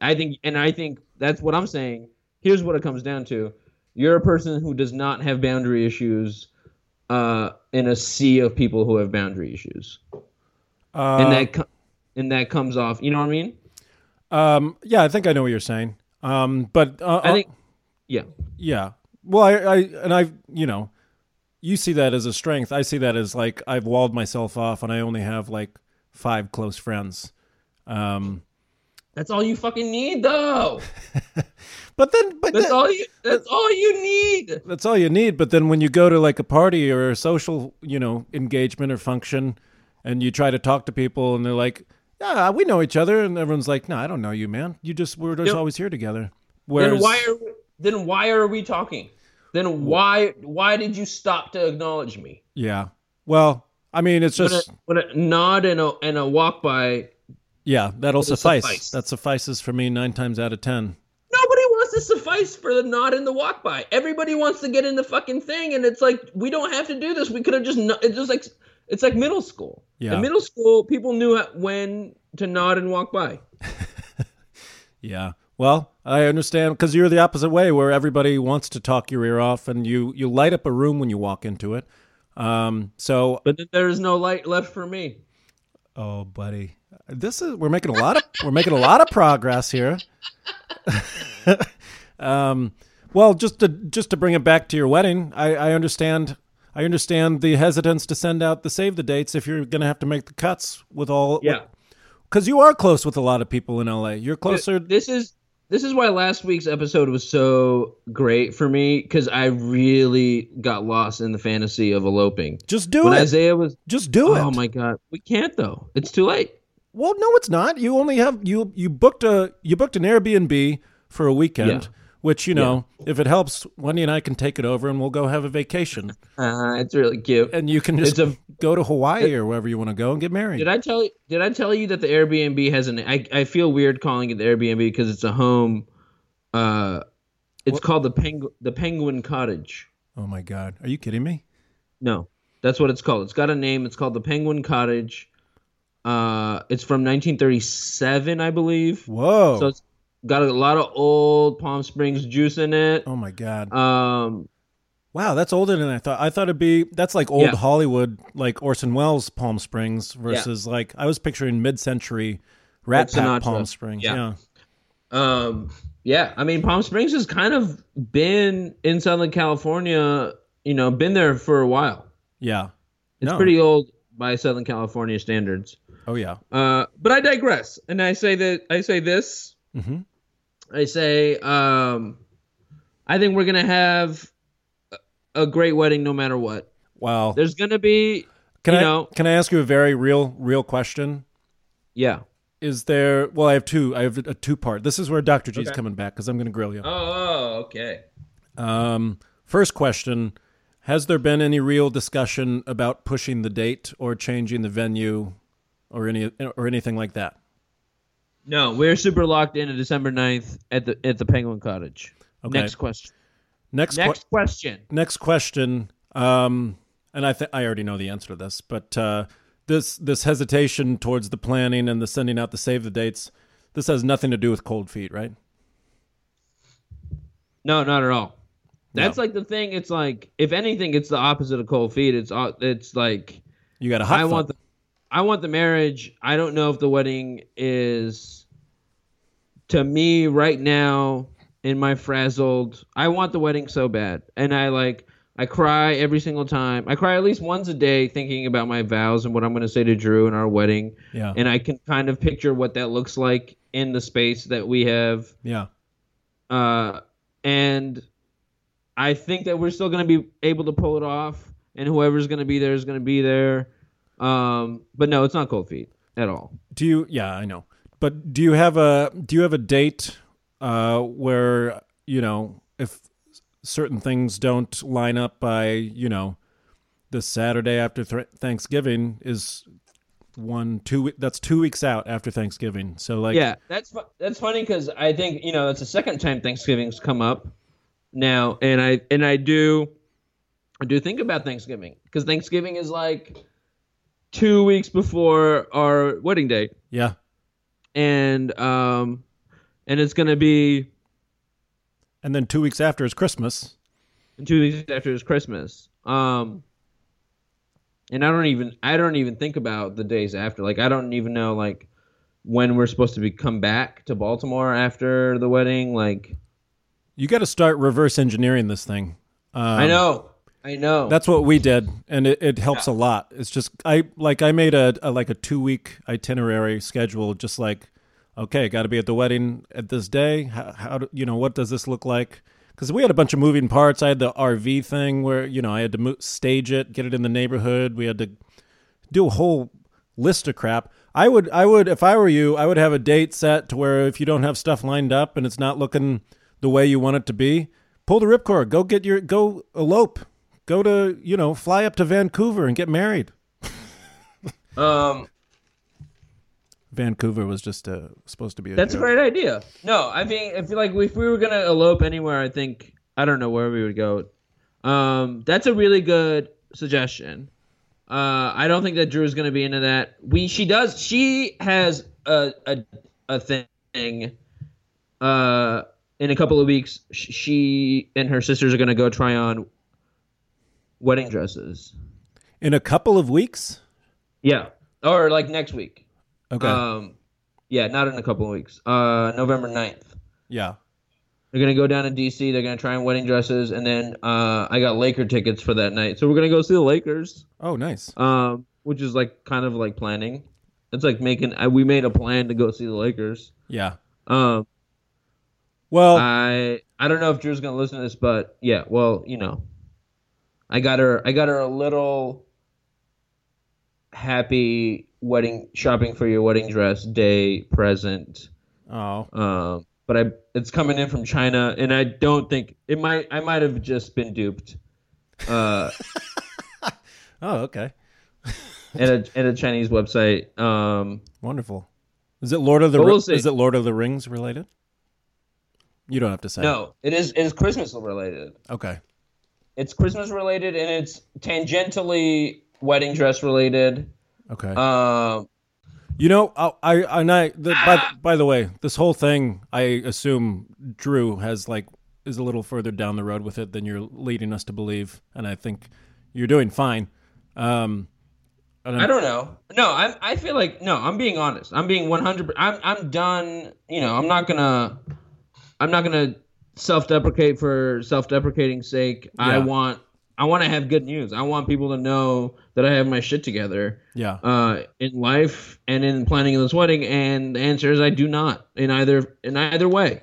I think, and I think that's what I'm saying. Here's what it comes down to: you're a person who does not have boundary issues uh, in a sea of people who have boundary issues, uh, and that co- and that comes off. You know what I mean? Um, yeah, I think I know what you're saying. Um, but uh, I think, yeah, yeah. Well, I, I and I, you know, you see that as a strength. I see that as like I've walled myself off, and I only have like five close friends. Um, That's all you fucking need, though. But then, but That's then- all you. That's all you need. that's all you need. But then when you go to like a party or a social, you know, engagement or function, and you try to talk to people, and they're like, "Yeah, we know each other," and everyone's like, "No, I don't know you, man. You just we're just Yep. always here together." Then Whereas, why are then why are we talking? Then why why did you stop to acknowledge me? yeah, well, I mean, it's When a, just when a nod and a and a walk by. yeah, that'll it'll suffice. suffice. That suffices for me nine times out of ten. Nobody wants to suffice for the nod and the walk by. Everybody wants to get in the fucking thing, and it's like we don't have to do this. We could have just. No, it's just like it's like middle school. Yeah. In middle school, people knew how- when to nod and walk by. Yeah. Well, I understand because you're the opposite way, where everybody wants to talk your ear off, and you you light up a room when you walk into it. Um, so, But then there is no light left for me. oh, buddy, this is we're making a lot of we're making a lot of progress here. um, well, just to just to bring it back to your wedding, I, I understand. I understand the hesitance to send out the save the dates if you're going to have to make the cuts with all. Yeah. Because you are close with a lot of people in LA. You're closer. This is this is why last week's episode was so great for me because I really got lost in the fantasy of eloping. just do When it. Isaiah was, just do it. oh my god, we can't though. It's too late. Well, no, it's not. You only have you you booked a you booked an Airbnb for a weekend, Yeah. which you know, if it helps, Wendy and I can take it over and we'll go have a vacation, Uh, it's really cute. and you can just It's a- go to Hawaii or wherever you want to go and get married. Did I tell you? Did I tell you that the Airbnb has an? I, I feel weird calling it the Airbnb because it's a home. Uh, it's called the penguin the Penguin Cottage. oh my God, are you kidding me? No, that's what it's called. It's got a name. It's called the Penguin Cottage. Uh, it's from 1937, I believe. Whoa! So it's got a lot of old Palm Springs juice in it. oh my God! Um, wow, that's older than I thought. I thought it'd be that's like old Yeah. Hollywood, like Orson Welles Palm Springs versus like I was picturing mid-century Rat Like Pack Sinatra. Palm Springs. Yeah. yeah. um, yeah, I mean Palm Springs has kind of been in Southern California. You know, been there for a while. Yeah. It's No. pretty old by Southern California standards. Oh yeah. Uh, but I digress, and I say that I say this. hmm I say um, I think we're gonna have a, a great wedding no matter what. Wow. There's gonna be Can you I know- can I ask you a very real real question? yeah. Is there? Well, I have two. I have a two part. This is where Doctor G's coming back because I'm going to grill you. Oh, okay. Um, first question: Has there been any real discussion about pushing the date or changing the venue, or any or anything like that? No, we're super locked in to December 9th at the at the Penguin Cottage. Okay. Next question. Next que- Next question. next question. Um, and I think I already know the answer to this, but uh, this this hesitation towards the planning and the sending out the save the dates. This has nothing to do with cold feet, right? No, not at all. That's like the thing. It's like if anything, it's the opposite of cold feet. It's all. it's like You got a hot. I fuck. want the I want the marriage. I don't know if the wedding is to me right now in my frazzled. I want the wedding so bad, and I like I cry every single time. I cry at least once a day thinking about my vows and what I'm going to say to Drew in our wedding. Yeah. and I can kind of picture what that looks like in the space that we have yeah. uh, and I think that we're still going to be able to pull it off, and whoever's going to be there is going to be there. Um, but no, it's not cold feet at all. Do you? Yeah, I know. But do you have a do you have a date uh, where you know if certain things don't line up by you know the Saturday after th- Thanksgiving is one two we- that's two weeks out after Thanksgiving. So like yeah, that's fu- that's funny because I think you know it's the second time Thanksgiving's come up now, and I and I do I do think about Thanksgiving because Thanksgiving is like two weeks before our wedding day. yeah and um, and it's going to be and then two weeks after is Christmas. and two weeks after is Christmas. Um, and I don't even I don't even think about the days after. Like I don't even know like when we're supposed to be come back to Baltimore after the wedding. Like You got to start reverse engineering this thing. Um, I know I know. That's what we did, and it, it helps a lot. It's just I like I made a, a like a two week itinerary schedule, just like okay, got to be at the wedding at this day. How, how do, you know what does this look like? Because we had a bunch of moving parts. I had the RV thing where you know I had to mo- stage it, get it in the neighborhood. We had to do a whole list of crap. I would I would if I were you, I would have a date set to where if you don't have stuff lined up and it's not looking the way you want it to be, pull the ripcord, go get your go elope. Go to, you know, fly up to Vancouver and get married. um, Vancouver was just uh, supposed to be a that's a joke. great idea. No, I mean, I feel like if we were gonna elope anywhere, I think I don't know where we would go. Um, that's a really good suggestion. Uh, I don't think that Drew's gonna be into that. We she does she has a a a thing. Uh, in a couple of weeks, sh- she and her sisters are gonna go try on wedding dresses. in a couple of weeks. Yeah, or like next week. Okay. Um, yeah, not in a couple of weeks. Uh, November 9th. yeah. They're gonna go down to DC. They're gonna try on wedding dresses, and then uh, I got Laker tickets for that night, so we're gonna go see the Lakers, Oh, nice. um, which is like kind of like planning. It's like making I, we made a plan to go see the Lakers. Yeah. Um, Well, uh, I I don't know if Drew's gonna listen to this, but yeah, well, you know, I got her I got her a little happy wedding shopping for your wedding dress day present. oh, Um, but I it's coming in from China, and I don't think it might. I might have just been duped uh, oh, okay. at a at a Chinese website. Um, Wonderful. Is it Lord of the But we'll Ri- see. Is it Lord of the Rings related? You don't have to say. no, it is it is Christmas related. Okay. It's Christmas related, and it's tangentially wedding dress related. Okay. Um, You know, I, I and I. The, by, by the way, this whole thing, I assume Drew has like is a little further down the road with it than you're leading us to believe, and I think you're doing fine. Um, I don't know. No, I'm. I feel like no. I'm being honest. I'm being 100. I'm. I'm done. You know. I'm not gonna. I'm not gonna self-deprecate for self-deprecating sake. I Yeah. want. I want to have good news. I want people to know that I have my shit together yeah. uh, in life and in planning this wedding. And the answer is I do not in either in either way.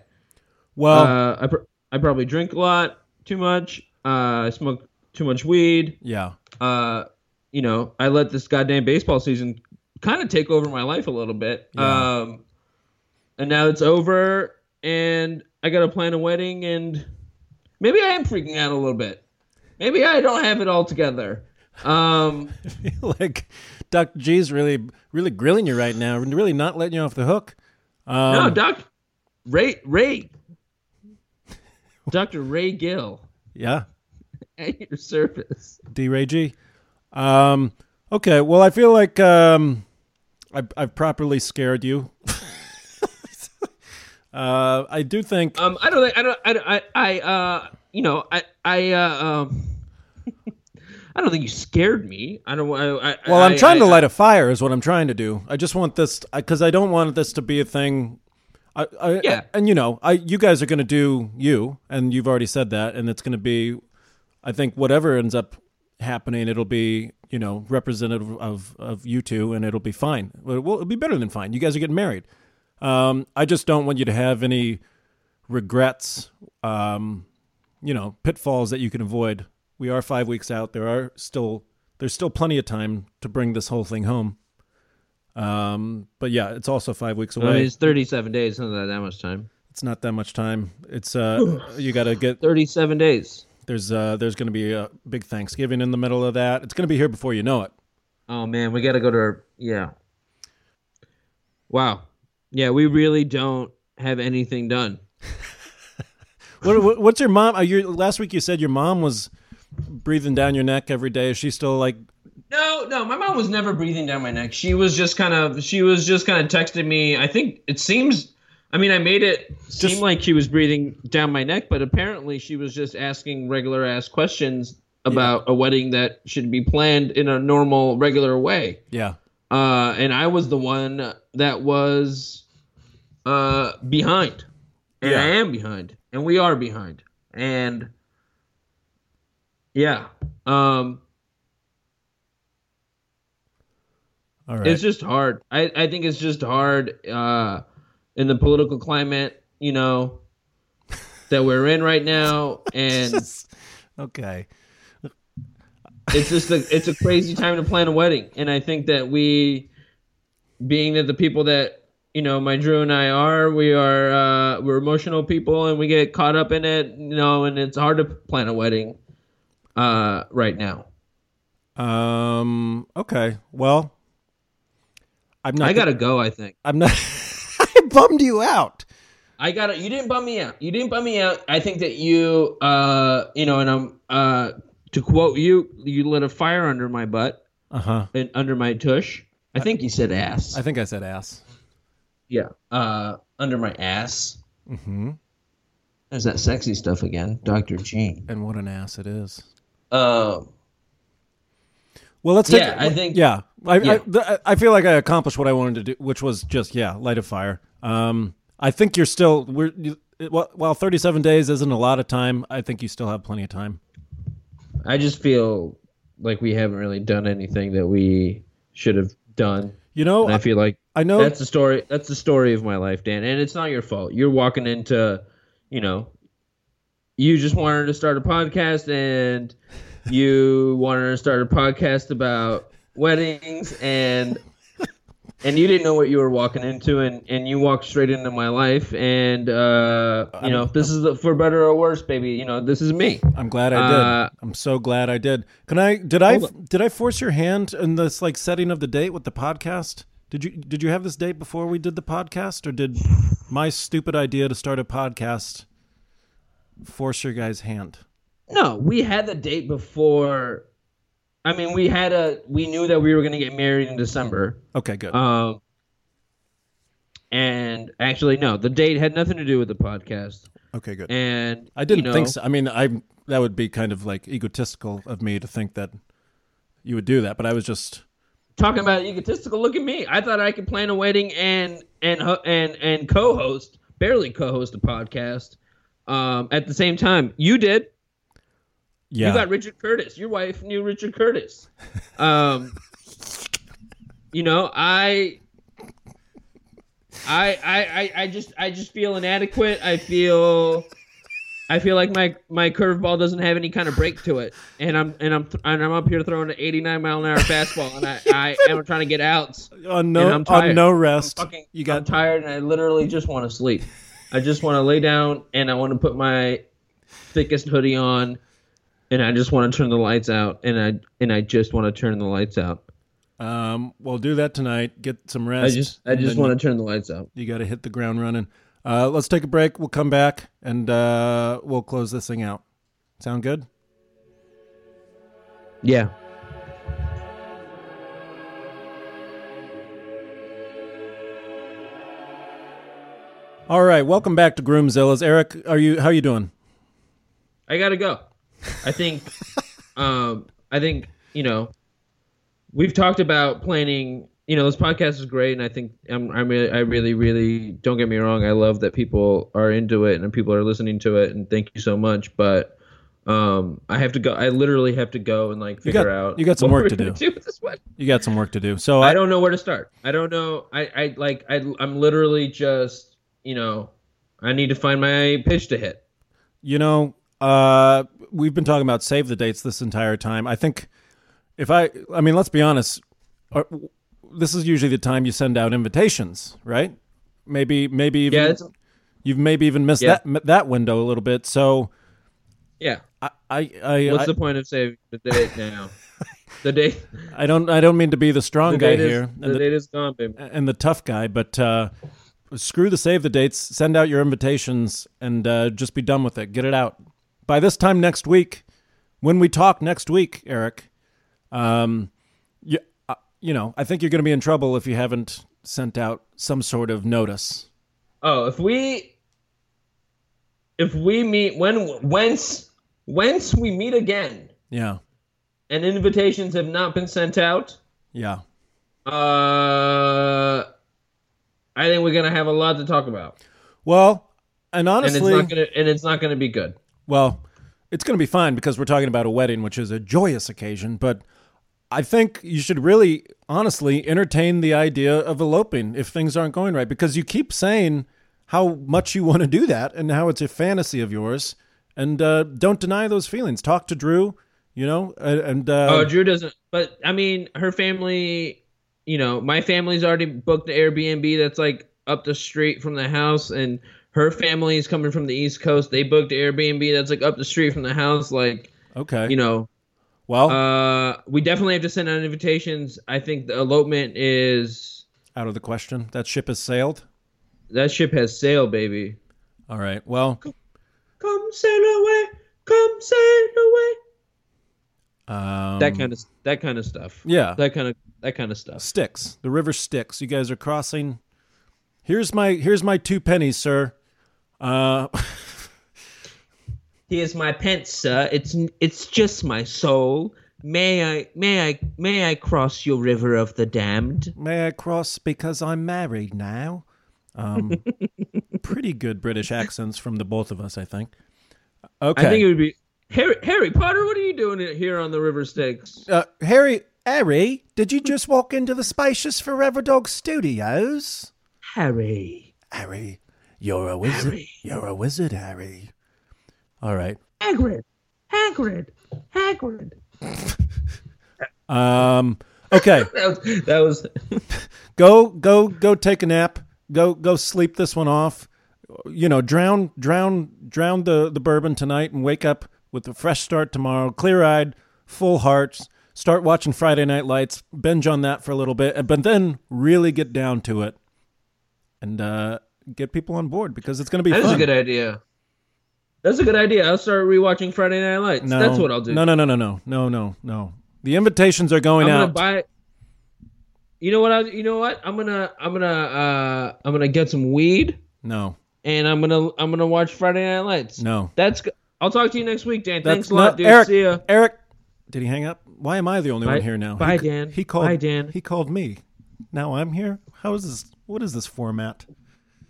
Well, Uh, I pr- I probably drink a lot, too much. Uh, I smoke too much weed yeah. uh, you know, I let this goddamn baseball season kind of take over my life a little bit. Yeah. Um, and now it's over, and I got to plan a wedding, and maybe I am freaking out a little bit. Maybe I don't have it all together. Um, feel like Dr. G's really, really grilling you right now, and really not letting you off the hook. Um, no, Doc, Ray, Ray, Doctor Ray Gill, yeah, at your service. D. Ray G. Um, okay, well, I feel like um, I, I've properly scared you. uh, I do think Um, I don't think I don't I don't- I, I uh you know I I uh, um I don't think you scared me. I don't. I, I, Well, I'm I- trying to I- light a fire, is what I'm trying to do. I just want this because I don't want this to be a thing. I, I, Yeah. and you know, I you guys are going to do you, and you've already said that, and it's going to be, I think, whatever ends up happening, it'll be you know representative of of you two, and it'll be fine. Well, it'll be better than fine. You guys are getting married. Um, I just don't want you to have any regrets. Um, you know pitfalls that you can avoid. We are five weeks out. There are still there's still plenty of time to bring this whole thing home. Um, but yeah, it's also five weeks I mean, away. it's 37 days. It's not that much time. It's not that much time. It's uh, you gotta get 37 days. there's uh, there's gonna be a big Thanksgiving in the middle of that. It's gonna be here before you know it. Oh man, we gotta go to. Our, yeah. Wow. Yeah, we really don't have anything done. What, what, what's your mom? Are you last week you said your mom was breathing down your neck every day. Is she still like No, no, my mom was never breathing down my neck. She was just kind of she was just kind of texting me. I think it seems I mean, I made it seem like she was breathing down my neck, but apparently she was just asking regular ass questions about a wedding that should be planned in a normal regular way. yeah Uh and I was the one that was uh behind. And Yeah. I am behind. And we are behind. And Yeah. Um, All right. It's just hard. I, I think it's just hard uh, in the political climate, you know, that we're in right now, and okay. it's just a, it's a crazy time to plan a wedding. And I think that we, being that the people that you know, my Drew and I are, we are uh, we're emotional people, and we get caught up in it, you know, and it's hard to plan a wedding uh, right now. Um. Okay. Well, I'm not. I gotta go. I think. I'm not. I bummed you out. I got it. You didn't bum me out. You didn't bum me out. I think that you, uh, you know, and I'm, uh, to quote you, you lit a fire under my butt Uh huh. and under my tush. I think you said ass. I think I said ass. yeah. Uh, under my ass. Mm-hmm. There's that sexy stuff again, Doctor G. And what an ass it is. Uh, Well, let's take. Yeah, I think- Yeah, I, I, Yeah. th- I feel like I accomplished what I wanted to do, which was just yeah, light a fire. Um, I think you're still we're you, it- while while 37 days isn't a lot of time. I think you still have plenty of time. I just feel like we haven't really done anything that we should have done. You know, And I I, feel like I know. that's the story. That's the story of my life, Dan. And it's not your fault. You're walking into, you know, you just wanted to start a podcast, and you wanted to start a podcast about weddings, and and you didn't know what you were walking into, and and you walked straight into my life, and uh, you know, this is the, for better or worse, baby. You know, this is me. I'm glad I did. uh, I'm so glad I did. Can I? Did I? Hold Did I force your hand in this like setting of the date with the podcast? Did you Did you have this date before we did the podcast, or did my stupid idea to start a podcast force your guy's hand? No, we had the date before. I mean, we had a we knew that we were going to get married in December. Okay, good. Um, and actually, no, the date had nothing to do with the podcast. okay, good. And I didn't you know, think so. I mean, I that would be kind of like egotistical of me to think that you would do that, but I was just Talking about egotistical, look at me. I thought I could plan a wedding and and ho- and and co-host, barely co-host a podcast. Um, at the same time, you did. yeah. You got Richard Curtis. Your wife knew Richard Curtis. Um, you know, I, I, I, I, I just, I just feel inadequate. I feel, I feel like my my curveball doesn't have any kind of break to it, and I'm and I'm th- and I'm up here throwing an 89 mile an hour fastball, and I, I am trying to get outs. on and no I'm tired. on no rest. Fucking, you I'm got tired, and I literally just want to sleep. I just want to lay down, and I want to put my thickest hoodie on, and I just want to turn the lights out, and I and I just want to turn the lights out. um. Well, do that tonight. Get some I rest. just I and just then want to turn the lights out. You, got to hit the ground running. Uh, let's take a break. We'll come back and uh, we'll close this thing out. Sound good? Yeah. All right. Welcome back to Groomzilla's. Eric, are you? How you doing? I gotta go. I think, um, I think you know, we've talked about planning. You know, this podcast is great, and I think I'm, I'm really, I really, really don't get me wrong. I love that people are into it and people are listening to it, and thank you so much. But um, I have to go. I literally have to go and like figure got- out. you got some what work we're to gonna do. with this one. You got some work to do. So I I, don't know where to start. I don't know. I, I like I, I'm literally just you know, I need to find my pitch to hit. You know, uh, we've been talking about save the dates this entire time. I think if I, I mean, let's be honest. Are, this is usually the time you send out invitations, right? Maybe, maybe even Yeah, it's, you've maybe even missed Yeah. that that window a little bit. So yeah. I, I, I, What's I, the point of saving the date now? the date, I don't, I don't mean to be the strong the guy date, here is, and, the the, date is gone, baby. and the tough guy, but uh, screw the save the dates. Send out your invitations and uh, just be done with it. Get it out by this time next week. When we talk next week, Eric. um, you, uh, you know, I think you're going to be in trouble if you haven't sent out some sort of notice. Oh, if we, if we meet when whence whence we meet again, Yeah, and invitations have not been sent out, yeah. uh, I think we're gonna have a lot to talk about, Well, and and it's honestly, not gonna and it's not gonna be good. well, It's going to be fine because we're talking about a wedding, which is a joyous occasion, but I think you should really honestly entertain the idea of eloping if things aren't going right because you keep saying how much you want to do that and how it's a fantasy of yours. And uh, don't deny those feelings. Talk to Drew, you know, and, and uh, Oh, Drew doesn't. But I mean, her family. You know, my family's already booked the Airbnb that's like up the street from the house, and her family's coming from the East Coast. They booked the Airbnb that's like up the street from the house. Like, okay. you know, well, uh, we definitely have to send out invitations. I think the elopement is out of the question. That ship has sailed. that ship has sailed, baby. All right. Well, Come sail away, come sail away. um, that kind of that kind of stuff. yeah. That kind of that kind of stuff. Styx, the river Styx. You guys are crossing. Here's my here's my two pennies, sir. Uh, Here's my pence, sir. It's it's just my soul. May I may I may I cross your river of the damned? may I cross because I'm married now? Um, pretty good British accents from the both of us, I think. Okay, I think it would be Harry, Harry Potter. What are you doing here on the River Styx? uh, Harry. Harry, did you just walk into the spacious Forever Dog Studios? Harry, Harry, you're a wizard. Harry. You're a wizard, Harry. All right. Hagrid, Hagrid, Hagrid. Um. Okay. That was, that was go go go take a nap go go sleep this one off you know drown drown drown the the bourbon tonight and wake up with a fresh start tomorrow clear eyed full hearts start watching friday night lights binge on that for a little bit but then really get down to it and uh get people on board because it's going to be that is fun. a good idea. That's a good idea. I'll start rewatching Friday Night Lights. no, That's what I'll do. no no no no no no no no the invitations are going I'm out gonna buy. You know what? I, you know what? I'm gonna I'm gonna uh I'm gonna get some weed no and I'm gonna I'm gonna watch Friday Night Lights. no That's. g- I'll talk to you next week, Dan. Thanks That's a lot, not- dude. Eric, See ya. Eric, did he hang up? Why am I the only Bye- one here now? bye, he, c- Dan. He called. Bye, Dan. He called me. Now I'm here. How is this? What is this format?